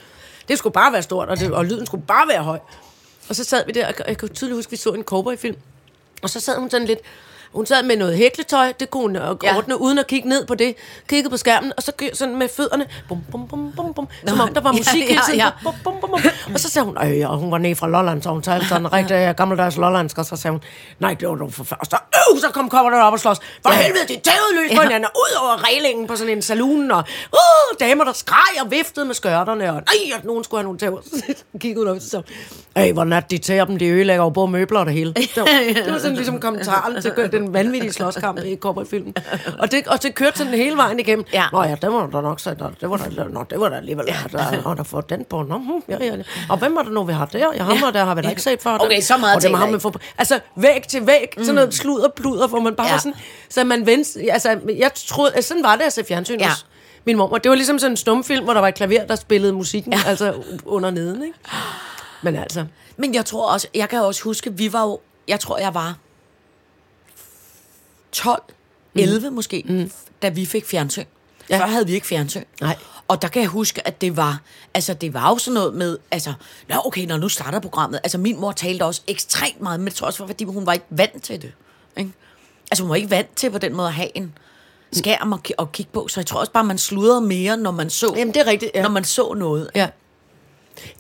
[SPEAKER 3] Det skulle bare være stort, og, det, og lyden skulle bare være høj. Og så sad vi der, og jeg kan tydeligt huske, at vi så en cowboyfilm. Og så sad hun sådan lidt... Hun sad med noget hækletøj, det kunne hun øh,
[SPEAKER 4] Ja.
[SPEAKER 3] ordne, uden at kigge ned på det. Kiggede på skærmen, og så gø- sådan med fødderne, bum, bum, bum, bum, bum, som om der var
[SPEAKER 4] Ja,
[SPEAKER 3] musik hele
[SPEAKER 4] ja,
[SPEAKER 3] tiden.
[SPEAKER 4] ja.
[SPEAKER 3] Bum, bum, bum, bum. Og så sagde hun, øh, og hun var nede fra Lolland, så hun talte sådan rigtig øh, gammeldags lollandsk, og så sagde hun, nej, det var du for Og så, øh, så kom kommer der op og slås. For
[SPEAKER 4] Ja.
[SPEAKER 3] helvede, det tævede løs på
[SPEAKER 4] Ja.
[SPEAKER 3] hinanden, og ud over reglingen på sådan en saloon, og uh, damer, der skreg og viftede med skørterne, og nej, at nogen skulle have nogle tæver. Så gik hun op og så, øh, hvor nat de tæer dem, de ødelægger jo både møbler og det hele. Det var, det var sådan ligesom kommentaren til den vanvittige slåskamp i Cowboy-filmen. Og det, og det kørte sådan hele vejen igennem.
[SPEAKER 4] Ja.
[SPEAKER 3] Nå ja, det var der nok så, der, det var der, nå, det var der alligevel, ja. der, og der får den på, nå, hm, ja, ja, ja. Og hvem var det nu, vi har der? Ja, ham ja. der har vi da ikke set før.
[SPEAKER 4] Okay, så meget
[SPEAKER 3] og det
[SPEAKER 4] taler
[SPEAKER 3] var ham
[SPEAKER 4] jeg
[SPEAKER 3] med fodbold. Altså, væg til væg, mm. sådan noget sludder pluder, hvor man bare ja.
[SPEAKER 4] Ja.
[SPEAKER 3] sådan, så man vendte, altså, jeg troede, altså, sådan var det, altså, fjernsyn ja.
[SPEAKER 4] Ja.
[SPEAKER 3] også. Min mormor, det var ligesom sådan en stumfilm, hvor der var et klaver, der spillede musikken, ja. altså u- under neden, ikke? Men altså,
[SPEAKER 4] Men jeg tror også, jeg kan også huske, vi var jo, jeg tror, jeg var 12, 11 måske, mm. da vi fik fjernsyn. Ja. Før havde vi ikke fjernsyn.
[SPEAKER 3] Nej.
[SPEAKER 4] Og der kan jeg huske, at det var, altså det var jo sådan noget med, altså, nå okay, når nu starter programmet, altså min mor talte også ekstremt meget, men det tror jeg også var, fordi hun var ikke vant til det. Ikke? Altså hun var ikke vant til på den måde at have en skærm og, og kigge på, så jeg tror også bare, man sludrede mere, når man så,
[SPEAKER 3] Jamen, det er rigtigt, ja.
[SPEAKER 4] når man så noget.
[SPEAKER 3] Ja.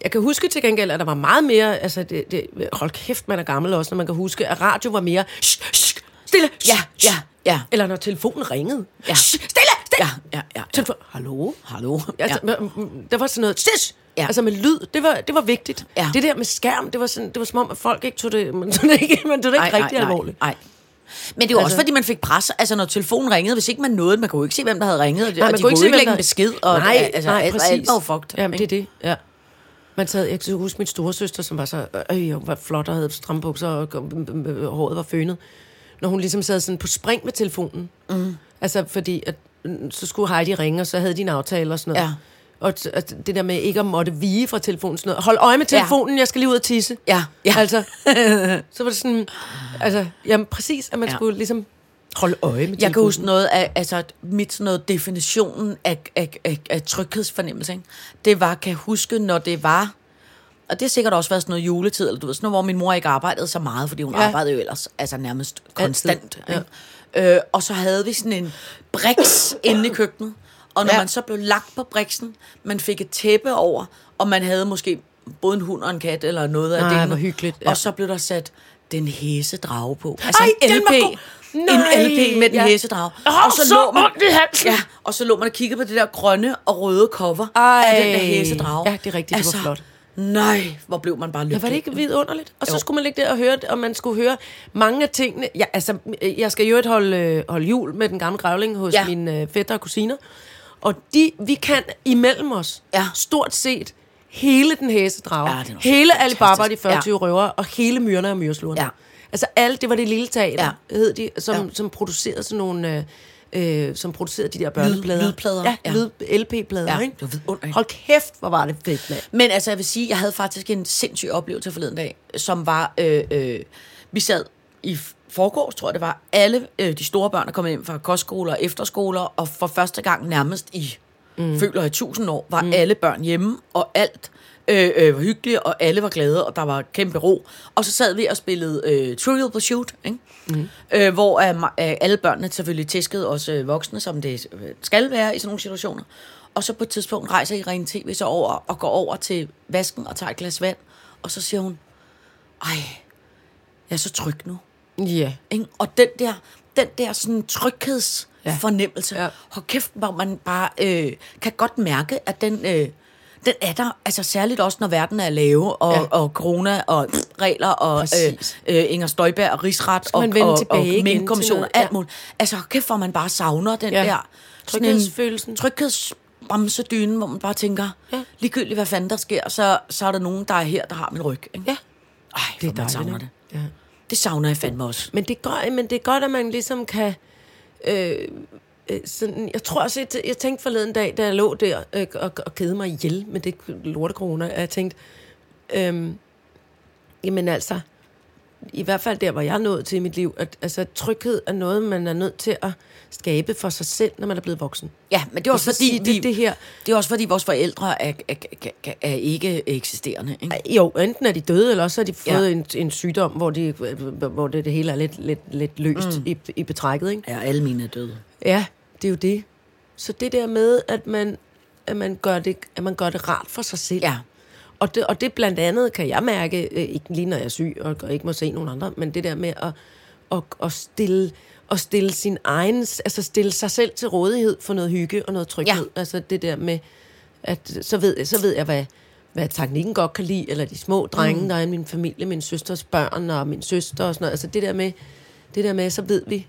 [SPEAKER 3] Jeg kan huske til gengæld, at der var meget mere... Altså, det, det, hold kæft, man er gammel også, når man kan huske, at radio var mere... Shh, shh, stille, shh,
[SPEAKER 4] Ja, ja, ja.
[SPEAKER 3] Eller når telefonen ringede.
[SPEAKER 4] Ja.
[SPEAKER 3] Shh, stille, stille.
[SPEAKER 4] Ja, ja, ja, ja.
[SPEAKER 3] Telefon, hallo?
[SPEAKER 4] Hallo?
[SPEAKER 3] Altså, ja. Der var sådan noget... Shh! Ja.
[SPEAKER 4] Ja.
[SPEAKER 3] Altså med lyd, det var, det var vigtigt.
[SPEAKER 4] Ja.
[SPEAKER 3] Det der med skærm, det var, sådan, det var som om, at folk ikke tog det, man tog det ikke, man tog det ikke
[SPEAKER 4] Ej,
[SPEAKER 3] rigtig
[SPEAKER 4] ej, nej,
[SPEAKER 3] alvorligt.
[SPEAKER 4] Nej. Men det var
[SPEAKER 3] Altså-
[SPEAKER 4] altså, også, fordi man fik pres. Altså, når telefonen ringede, hvis ikke man nåede, man kunne jo ikke se, hvem der havde ringet. Nej, og de kunne jo
[SPEAKER 3] se,
[SPEAKER 4] ikke
[SPEAKER 3] hvem
[SPEAKER 4] lægge en
[SPEAKER 3] der-
[SPEAKER 4] besked. Og,
[SPEAKER 3] nej,
[SPEAKER 4] altså,
[SPEAKER 3] nej,
[SPEAKER 4] alt-
[SPEAKER 3] præcis.
[SPEAKER 4] Alt var jo fucked.
[SPEAKER 3] Jamen, det er
[SPEAKER 4] ikke?
[SPEAKER 3] det, ja. Man sad, jeg kan huske min storesøster, som var så, øh, hun var flot og havde stramme bukser, og øh, øh, håret var fønet. Når hun ligesom sad sådan på spring med telefonen. Mm. Altså, fordi at, øh, så skulle Heidi ringe, og så havde de en aftale og sådan noget.
[SPEAKER 4] Ja.
[SPEAKER 3] Og t- at det der med ikke at måtte vige fra telefonen, sådan noget. Hold øje med
[SPEAKER 4] Ja.
[SPEAKER 3] telefonen, ja. jeg skal lige ud og tisse.
[SPEAKER 4] Ja, ja.
[SPEAKER 3] Altså, så var det sådan, altså, jamen præcis, at man ja.
[SPEAKER 4] Ja.
[SPEAKER 3] skulle ligesom holde øje med telefonen.
[SPEAKER 4] Jeg kan huske noget af, altså mit sådan noget definitionen af, af, af, af tryghedsfornemmelse, ikke? det var, kan jeg huske, når det var, og det har sikkert også været sådan noget juletid, eller du ved, sådan noget, hvor min mor ikke arbejdede så meget, fordi hun
[SPEAKER 3] Ja.
[SPEAKER 4] ja. arbejdede jo ellers, altså nærmest konstant.
[SPEAKER 3] ja.
[SPEAKER 4] Ja. Ikke? Øh, og så havde vi sådan en briks inde i køkkenet, og når
[SPEAKER 3] Ja.
[SPEAKER 4] ja. man så blev lagt på briksen, man fik et tæppe over, og man havde måske både en hund og en kat, eller noget af
[SPEAKER 3] Nej,
[SPEAKER 4] delene.
[SPEAKER 3] hvor hyggeligt, ja.
[SPEAKER 4] Ja. Og så blev der sat den hæse drage på. Altså
[SPEAKER 3] Ej,
[SPEAKER 4] en
[SPEAKER 3] den var
[SPEAKER 4] LP.
[SPEAKER 3] god. Nej.
[SPEAKER 4] En LP med den
[SPEAKER 3] Ja.
[SPEAKER 4] ja. hæsedrag.
[SPEAKER 3] Åh, så ondt i halsen.
[SPEAKER 4] Ja, og så lå man og kiggede på det der grønne og røde cover
[SPEAKER 3] Ej.
[SPEAKER 4] af den der hæsedrag.
[SPEAKER 3] Ja, det er rigtigt, det var flot.
[SPEAKER 4] Nej, hvor blev man bare lykkelig.
[SPEAKER 3] Ja, var det ikke vidunderligt? Og så
[SPEAKER 4] Jo.
[SPEAKER 3] jo. skulle man ligge der og høre det, og man skulle høre mange af tingene. Ja, altså, jeg skal jo et holde, øh, holde jul med den gamle grævling hos
[SPEAKER 4] Ja.
[SPEAKER 3] ja. mine øh, fætter og kusiner. Og de, vi kan imellem os
[SPEAKER 4] Ja.
[SPEAKER 3] stort set hele den hæse drage.
[SPEAKER 4] Ja, det er nok
[SPEAKER 3] hele
[SPEAKER 4] fantastisk.
[SPEAKER 3] Alibaba og de 40
[SPEAKER 4] Ja.
[SPEAKER 3] ja. røver, og hele Myrerne og Myreslurene.
[SPEAKER 4] Ja.
[SPEAKER 3] Altså alt, det var det lille teater,
[SPEAKER 4] Ja.
[SPEAKER 3] ja. hed de, som,
[SPEAKER 4] Ja.
[SPEAKER 3] ja. som producerede sådan nogle... Øh, øh, som producerede de der børneplader.
[SPEAKER 4] lydplader.
[SPEAKER 3] Ja, ja.
[SPEAKER 4] Ja.
[SPEAKER 3] Lyd, LP-plader,
[SPEAKER 4] Ja,
[SPEAKER 3] ikke?
[SPEAKER 4] det var vidunderligt.
[SPEAKER 3] Hold kæft, hvor var det fedt, mand.
[SPEAKER 4] Men altså, jeg vil sige, jeg havde faktisk en sindssyg oplevelse forleden dag, som var, øh, øh, vi sad i forgårs, tror jeg det var, alle øh, de store børn er kommet hjem fra kostskoler og efterskoler, og for første gang nærmest i, mm. føler jeg, tusind år, var mm. alle børn hjemme, og alt øh, øh, var hyggeligt, og alle var glade, og der var kæmpe ro. Og så sad vi og spillede øh, Trivial Pursuit, ikke? Mm. Øh, hvor øh, ma- øh, alle børnene selvfølgelig tæskede os øh, voksne, som det øh, skal være i sådan nogle situationer. Og så på et tidspunkt rejser Irene TV så over og går over til vasken og tager et glas vand. Og så siger hun, ej, jeg er så tryg nu.
[SPEAKER 3] Ja.
[SPEAKER 4] Ikke? Og den der, den der sådan tryghedsfornemmelse, ja.
[SPEAKER 3] Ja.
[SPEAKER 4] hold kæft, hvor man bare øh, kan godt mærke, at den, øh, den er der. Altså særligt også, når verden er lave, og, ja.
[SPEAKER 3] Ja.
[SPEAKER 4] og corona, og pff, regler, og øh,
[SPEAKER 3] Præcis.
[SPEAKER 4] øh, Inger Støjberg, og rigsret, og,
[SPEAKER 3] man vende
[SPEAKER 4] og, og
[SPEAKER 3] tilbage igen til
[SPEAKER 4] Minkkommission, og
[SPEAKER 3] noget,
[SPEAKER 4] alt
[SPEAKER 3] ja.
[SPEAKER 4] muligt. Altså hold kæft, hvor man bare savner den
[SPEAKER 3] Ja.
[SPEAKER 4] der... sådan en
[SPEAKER 3] Tryghedsfølelsen.
[SPEAKER 4] Tryghedsbremsedyne, hvor man bare tænker, ja.
[SPEAKER 3] Ja.
[SPEAKER 4] ligegyldigt hvad fanden der sker, så, så er der nogen, der er her, der har min ryg. Ikke?
[SPEAKER 3] Ja.
[SPEAKER 4] Ej, det er man
[SPEAKER 3] dejligt,
[SPEAKER 4] savner det.
[SPEAKER 3] ikke? Ja.
[SPEAKER 4] Det savner jeg fandme også.
[SPEAKER 3] Men det er godt, men det er godt at man ligesom kan... Øh, øh, sådan, jeg tror også, jeg, jeg tænkte forleden dag, da jeg lå der øh, og, og kede mig ihjel med det lortekrone, at jeg tænkte, øhm, jamen altså, i hvert fald der, hvor jeg er nået til i mit liv, at altså, tryghed er noget, man er nødt til at skabe for sig selv, når man er blevet voksen.
[SPEAKER 4] Ja, men det er også
[SPEAKER 3] så
[SPEAKER 4] fordi,
[SPEAKER 3] sige, det-
[SPEAKER 4] vi-
[SPEAKER 3] det her-
[SPEAKER 4] det er også fordi vores forældre er, er, er, er ikke eksisterende. Ikke?
[SPEAKER 3] Jo, enten er de døde, eller også har de fået
[SPEAKER 4] Ja.
[SPEAKER 3] ja. en, en sygdom, hvor, de, hvor det, det hele er lidt, lidt, lidt løst mm. i, i betrækket. Ikke?
[SPEAKER 4] Ja, alle mine er døde.
[SPEAKER 3] Ja, det er jo det. Så det der med, at man, at man, gør, det, at man gør det rart for sig selv.
[SPEAKER 4] Ja.
[SPEAKER 3] Og det, og det blandt andet kan jeg mærke, øh, ikke lige når jeg er syg og, og ikke må se nogen andre, men det der med at, at, at stille at stille sin egen, altså stille sig selv til rådighed for noget hygge og noget tryghed.
[SPEAKER 4] Ja.
[SPEAKER 3] Altså det der med, at så ved, så ved jeg, hvad, hvad teknikken godt kan lide, eller de små drenge, mm. der er i min familie, min søsters børn og min søster og sådan noget. Altså det der med, det der med så ved vi,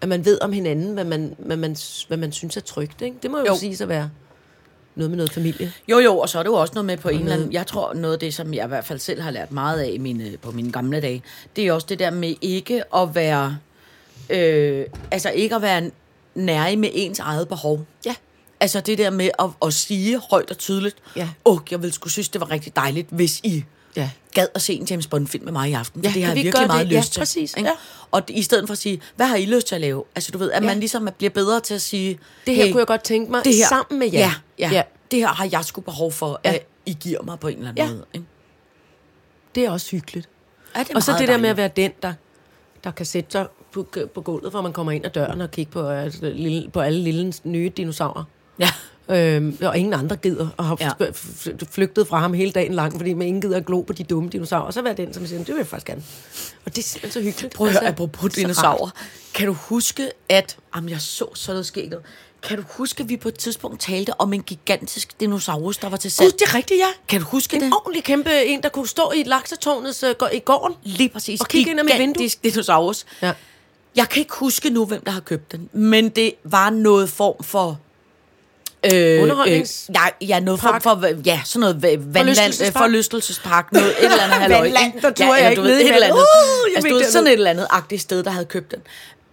[SPEAKER 3] at man ved om hinanden, hvad man, hvad man, hvad man synes er trygt. Ikke? Det må jo,
[SPEAKER 4] Jo.
[SPEAKER 3] jo. sige at være noget med noget familie.
[SPEAKER 4] Jo, jo, og så er det jo også noget med på en eller anden... Jeg tror, noget af det, som jeg i hvert fald selv har lært meget af i mine, på mine gamle dage, det er også det der med ikke at være... Øh, altså ikke at være nærig med ens eget behov.
[SPEAKER 3] Ja.
[SPEAKER 4] Altså det der med at, at sige højt og tydeligt,
[SPEAKER 3] Ja.
[SPEAKER 4] åh, jeg ville skulle synes, det var rigtig dejligt, hvis I
[SPEAKER 3] Ja.
[SPEAKER 4] gad at se en James Bond-film med mig i aften. for
[SPEAKER 3] Ja,
[SPEAKER 4] det
[SPEAKER 3] kan
[SPEAKER 4] har jeg
[SPEAKER 3] vi
[SPEAKER 4] virkelig
[SPEAKER 3] gøre
[SPEAKER 4] meget
[SPEAKER 3] det? Ja,
[SPEAKER 4] lyst til.
[SPEAKER 3] præcis,
[SPEAKER 4] ikke?
[SPEAKER 3] ja.
[SPEAKER 4] Og i stedet for at sige, hvad har I lyst til at lave? Altså du ved, at ja. man ligesom bliver bedre til at sige,
[SPEAKER 3] Det her kunne jeg godt tænke mig
[SPEAKER 4] det her,
[SPEAKER 3] sammen med jer.
[SPEAKER 4] Ja, ja, ja.
[SPEAKER 3] Ja.
[SPEAKER 4] Det her har jeg sgu behov for, ja.
[SPEAKER 3] Ja.
[SPEAKER 4] at I giver mig på en eller anden
[SPEAKER 3] Ja.
[SPEAKER 4] måde. Ikke?
[SPEAKER 3] Det er også hyggeligt.
[SPEAKER 4] Ja, det er
[SPEAKER 3] Og så det
[SPEAKER 4] meget
[SPEAKER 3] der med at
[SPEAKER 4] dejligt.
[SPEAKER 3] være den, der, der kan sætte sig på, på gulvet, hvor man kommer ind ad døren og kigge på, øh, lille, på alle lille nye dinosaurer.
[SPEAKER 4] Ja.
[SPEAKER 3] Øhm, og ingen andre gider og har
[SPEAKER 4] Ja.
[SPEAKER 3] ja. flygtet fra ham hele dagen lang, fordi man ingen gider at glo på de dumme dinosaurer. Og så være den, som siger, det vil jeg faktisk gerne. Og det er simpelthen så hyggeligt.
[SPEAKER 4] Prøv at høre,
[SPEAKER 3] Altså,
[SPEAKER 4] apropos
[SPEAKER 3] det er så rart.
[SPEAKER 4] dinosaurer. Kan du huske, at... Jamen, jeg så sådan noget skægget. Kan du huske, at vi på et tidspunkt talte om en gigantisk dinosaurus, der var til salg?
[SPEAKER 3] Gud, det er rigtigt, ja.
[SPEAKER 4] Kan du huske det?
[SPEAKER 3] En ordentlig kæmpe en, der kunne stå i laksetårnets øh, gå- i gården.
[SPEAKER 4] Lige præcis.
[SPEAKER 3] Og kigge ind ad mit vindue.
[SPEAKER 4] Gigantisk dinosaurus.
[SPEAKER 3] Ja.
[SPEAKER 4] Jeg kan ikke huske nu, hvem der har købt den, men det var noget form for... Øh,
[SPEAKER 3] Underholdnings-
[SPEAKER 4] Øh, nej, ja, noget form
[SPEAKER 3] Park.
[SPEAKER 4] for, ja, sådan noget va- vandland, øh,
[SPEAKER 3] Forlystelsespark.
[SPEAKER 4] forlystelsespark, noget, et eller andet halløj.
[SPEAKER 3] Vandland,
[SPEAKER 4] ikke?
[SPEAKER 3] der turde jeg
[SPEAKER 4] eller
[SPEAKER 3] ikke
[SPEAKER 4] du ved,
[SPEAKER 3] nede i
[SPEAKER 4] et eller andet.
[SPEAKER 3] vandet. Uh, jeg
[SPEAKER 4] altså,
[SPEAKER 3] vil
[SPEAKER 4] du ved,
[SPEAKER 3] ikke
[SPEAKER 4] sådan et
[SPEAKER 3] derned.
[SPEAKER 4] eller andet agtigt sted, der havde købt den.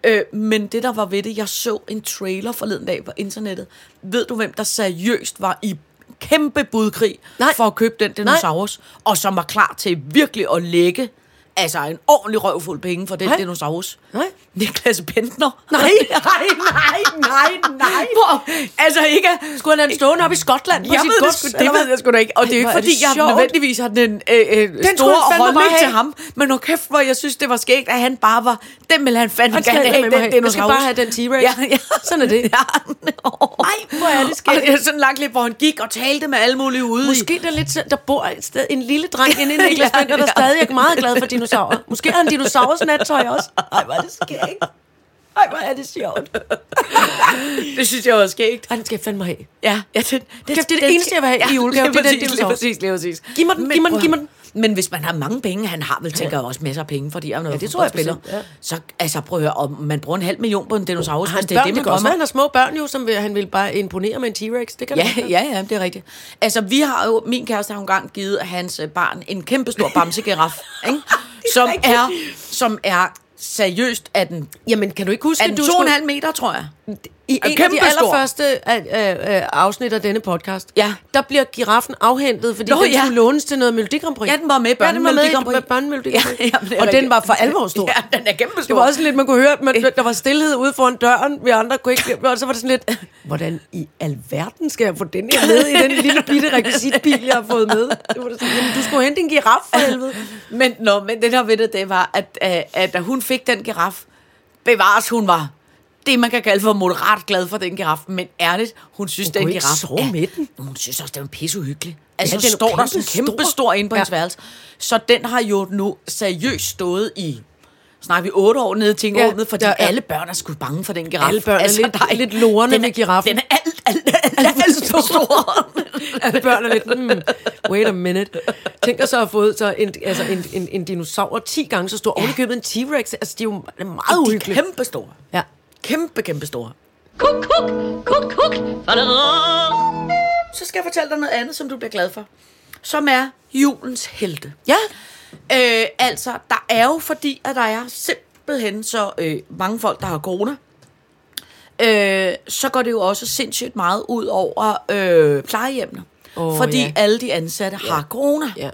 [SPEAKER 4] Øh, men det, der var ved det, jeg så en trailer forleden dag på internettet. Ved du, hvem der seriøst var i kæmpe budkrig
[SPEAKER 3] Nej.
[SPEAKER 4] for at købe den dinosaurus, og som var klar til virkelig at lægge altså en ordentlig røvfuld penge for den
[SPEAKER 3] Nej.
[SPEAKER 4] dinosaurus?
[SPEAKER 3] Nej.
[SPEAKER 4] Niklas Bentner.
[SPEAKER 3] Nej, nej, nej, nej, nej.
[SPEAKER 4] Hvor, altså ikke...
[SPEAKER 3] Skulle han have den stående op i Skotland på
[SPEAKER 4] Jeg
[SPEAKER 3] sit
[SPEAKER 4] ved, det,
[SPEAKER 3] gods,
[SPEAKER 4] sgu, det
[SPEAKER 3] eller hvad?
[SPEAKER 4] ved jeg sgu da ikke. Og det er jo
[SPEAKER 3] Ej, hvor
[SPEAKER 4] ikke, fordi
[SPEAKER 3] det
[SPEAKER 4] jeg
[SPEAKER 3] sjovt.
[SPEAKER 4] nødvendigvis har den øh, øh,
[SPEAKER 3] skulle
[SPEAKER 4] store
[SPEAKER 3] jeg fandme
[SPEAKER 4] holdning
[SPEAKER 3] bare
[SPEAKER 4] til
[SPEAKER 3] have.
[SPEAKER 4] ham. Men nu kæft, hvor jeg synes, det var skægt, at han bare var... Den ville han fandme
[SPEAKER 3] Han skal
[SPEAKER 4] gerne
[SPEAKER 3] have
[SPEAKER 4] have,
[SPEAKER 3] med mig
[SPEAKER 4] den
[SPEAKER 3] hen. Jeg skal
[SPEAKER 4] dinosaurus.
[SPEAKER 3] bare have den T-Rex.
[SPEAKER 4] Ja, ja.
[SPEAKER 3] Sådan er det.
[SPEAKER 4] Ja. Ej,
[SPEAKER 3] hvor er det skægt.
[SPEAKER 4] Og det er sådan langt lidt, hvor han gik og talte med alle mulige ude i-
[SPEAKER 3] Måske der, er lidt, sådan- der bor et sted, en lille dreng inde i Niklas
[SPEAKER 4] Ja,
[SPEAKER 3] Bender, der
[SPEAKER 4] ja.
[SPEAKER 3] stadig er meget glad for dinosaurer. Måske har han dinosaurers nattøj også. Nej, hvor er det skægt.
[SPEAKER 4] Ej, hvor er det sjovt. det synes jeg var skægt.
[SPEAKER 3] Ej, den skal jeg fandme have.
[SPEAKER 4] Ja, ja den, den,
[SPEAKER 3] Kæft, det er det eneste, jeg vil have i julegave.
[SPEAKER 4] Lige
[SPEAKER 3] Det er den
[SPEAKER 4] præcis,
[SPEAKER 3] dims
[SPEAKER 4] lige
[SPEAKER 3] sovs.
[SPEAKER 4] præcis, lige præcis.
[SPEAKER 3] Giv mig den, giv mig den,
[SPEAKER 4] prøv
[SPEAKER 3] giv mig
[SPEAKER 4] at- Men hvis man har mange penge, han har vel, tænker jeg også masser af penge, fordi han er ja,
[SPEAKER 3] det tror jeg
[SPEAKER 4] spiller.
[SPEAKER 3] bestemt, ja.
[SPEAKER 4] Så altså, prøv at høre, om man bruger en halv million på en dinosaurus,
[SPEAKER 3] Har
[SPEAKER 4] hvis
[SPEAKER 3] han
[SPEAKER 4] det er det,
[SPEAKER 3] Altså, børn?
[SPEAKER 4] man
[SPEAKER 3] Det kan også være,
[SPEAKER 4] kommer.
[SPEAKER 3] han har små børn jo, som vil, han vil bare imponere med en T-Rex. Det kan
[SPEAKER 4] Ja,
[SPEAKER 3] det
[SPEAKER 4] ja, ja, det er rigtigt. Altså, vi har jo, min kæreste har jo engang givet hans øh, barn en kæmpestor bamsegiraf, ikke? som, er, som er seriøst af den,
[SPEAKER 3] Jamen, kan du ikke huske,
[SPEAKER 4] af
[SPEAKER 3] at
[SPEAKER 4] den
[SPEAKER 3] du skulle-
[SPEAKER 4] 2,5 meter, tror jeg.
[SPEAKER 3] I
[SPEAKER 4] Er
[SPEAKER 3] en af de
[SPEAKER 4] kæmpestor.
[SPEAKER 3] allerførste øh, øh, øh, afsnit af denne podcast,
[SPEAKER 4] Ja.
[SPEAKER 3] der bliver giraffen afhentet, fordi
[SPEAKER 4] Nå,
[SPEAKER 3] Nå, den
[SPEAKER 4] ja.
[SPEAKER 3] ja. skulle lånes til noget Melodi Grand Prix.
[SPEAKER 4] Ja, den var med i
[SPEAKER 3] Ja, den var med i
[SPEAKER 4] Børne- Melodi Grand Prix.
[SPEAKER 3] Melodi Grand Prix.
[SPEAKER 4] Ja, ja, men det er
[SPEAKER 3] og
[SPEAKER 4] rigtigt.
[SPEAKER 3] den var for alvor stor.
[SPEAKER 4] Ja, den er kæmpestor.
[SPEAKER 3] Det var også sådan lidt, man kunne høre, at man, der var stillhed ude foran døren, vi andre kunne ikke blive, og så var det sådan lidt, hvordan i alverden skal jeg få den her med i den lille bitte rekvisitbil, jeg har fået med? Det var da sådan, jamen, du skulle hente en giraf for helvede.
[SPEAKER 4] Men, nå, men det der ved det, det var, at, at, at da hun fik den giraf, bevares hun var det, man kan kalde for moderat glad for den giraf. Men ærligt, hun synes, hun den
[SPEAKER 3] kunne ikke
[SPEAKER 4] giraf...
[SPEAKER 3] sove
[SPEAKER 4] er-
[SPEAKER 3] med den.
[SPEAKER 4] Hun synes også, den er pisseuhyggelig. Altså,
[SPEAKER 3] den
[SPEAKER 4] ja,
[SPEAKER 3] er
[SPEAKER 4] den
[SPEAKER 3] jo
[SPEAKER 4] står der sådan
[SPEAKER 3] kæmpestor.
[SPEAKER 4] kæmpe stor inde på ja.
[SPEAKER 3] Ja.
[SPEAKER 4] hendes værelse. Så den har jo nu seriøst stået i snakker vi otte år nede i tingrummet, ja,
[SPEAKER 3] Ja,
[SPEAKER 4] fordi ja,
[SPEAKER 3] ja,
[SPEAKER 4] ja.
[SPEAKER 3] ja.
[SPEAKER 4] alle børn er sgu bange for den giraf.
[SPEAKER 3] Alle
[SPEAKER 4] Altså,
[SPEAKER 3] børn er lidt-
[SPEAKER 4] der ikke-
[SPEAKER 3] lidt lorne
[SPEAKER 4] den er-
[SPEAKER 3] ved giraffen.
[SPEAKER 4] Den er alt, alt, alt, alt, alt, alt for stor.
[SPEAKER 3] At børn er lidt, mm, wait a minute. Tænk at så have fået så en, altså en, en, en dinosaur 10 gange så stor, ja. købet en T-Rex. Altså, de er jo meget
[SPEAKER 4] De er
[SPEAKER 3] uhyggelige.
[SPEAKER 4] kæmpe store.
[SPEAKER 3] Ja.
[SPEAKER 4] Kæmpe, kæmpe store.
[SPEAKER 2] Kuk, kuk, kuk, kuk.
[SPEAKER 4] så skal jeg fortælle dig noget andet, som du bliver glad for. Som er julens helte.
[SPEAKER 3] Ja.
[SPEAKER 4] Øh, altså, der er jo fordi, at der er simpelthen så øh, mange folk, der har corona. Øh, så går det jo også sindssygt meget ud over øh, plejehjemmene. Oh,
[SPEAKER 3] Åh,
[SPEAKER 4] fordi
[SPEAKER 3] ja.
[SPEAKER 4] alle de ansatte ja. har corona.
[SPEAKER 3] Ja.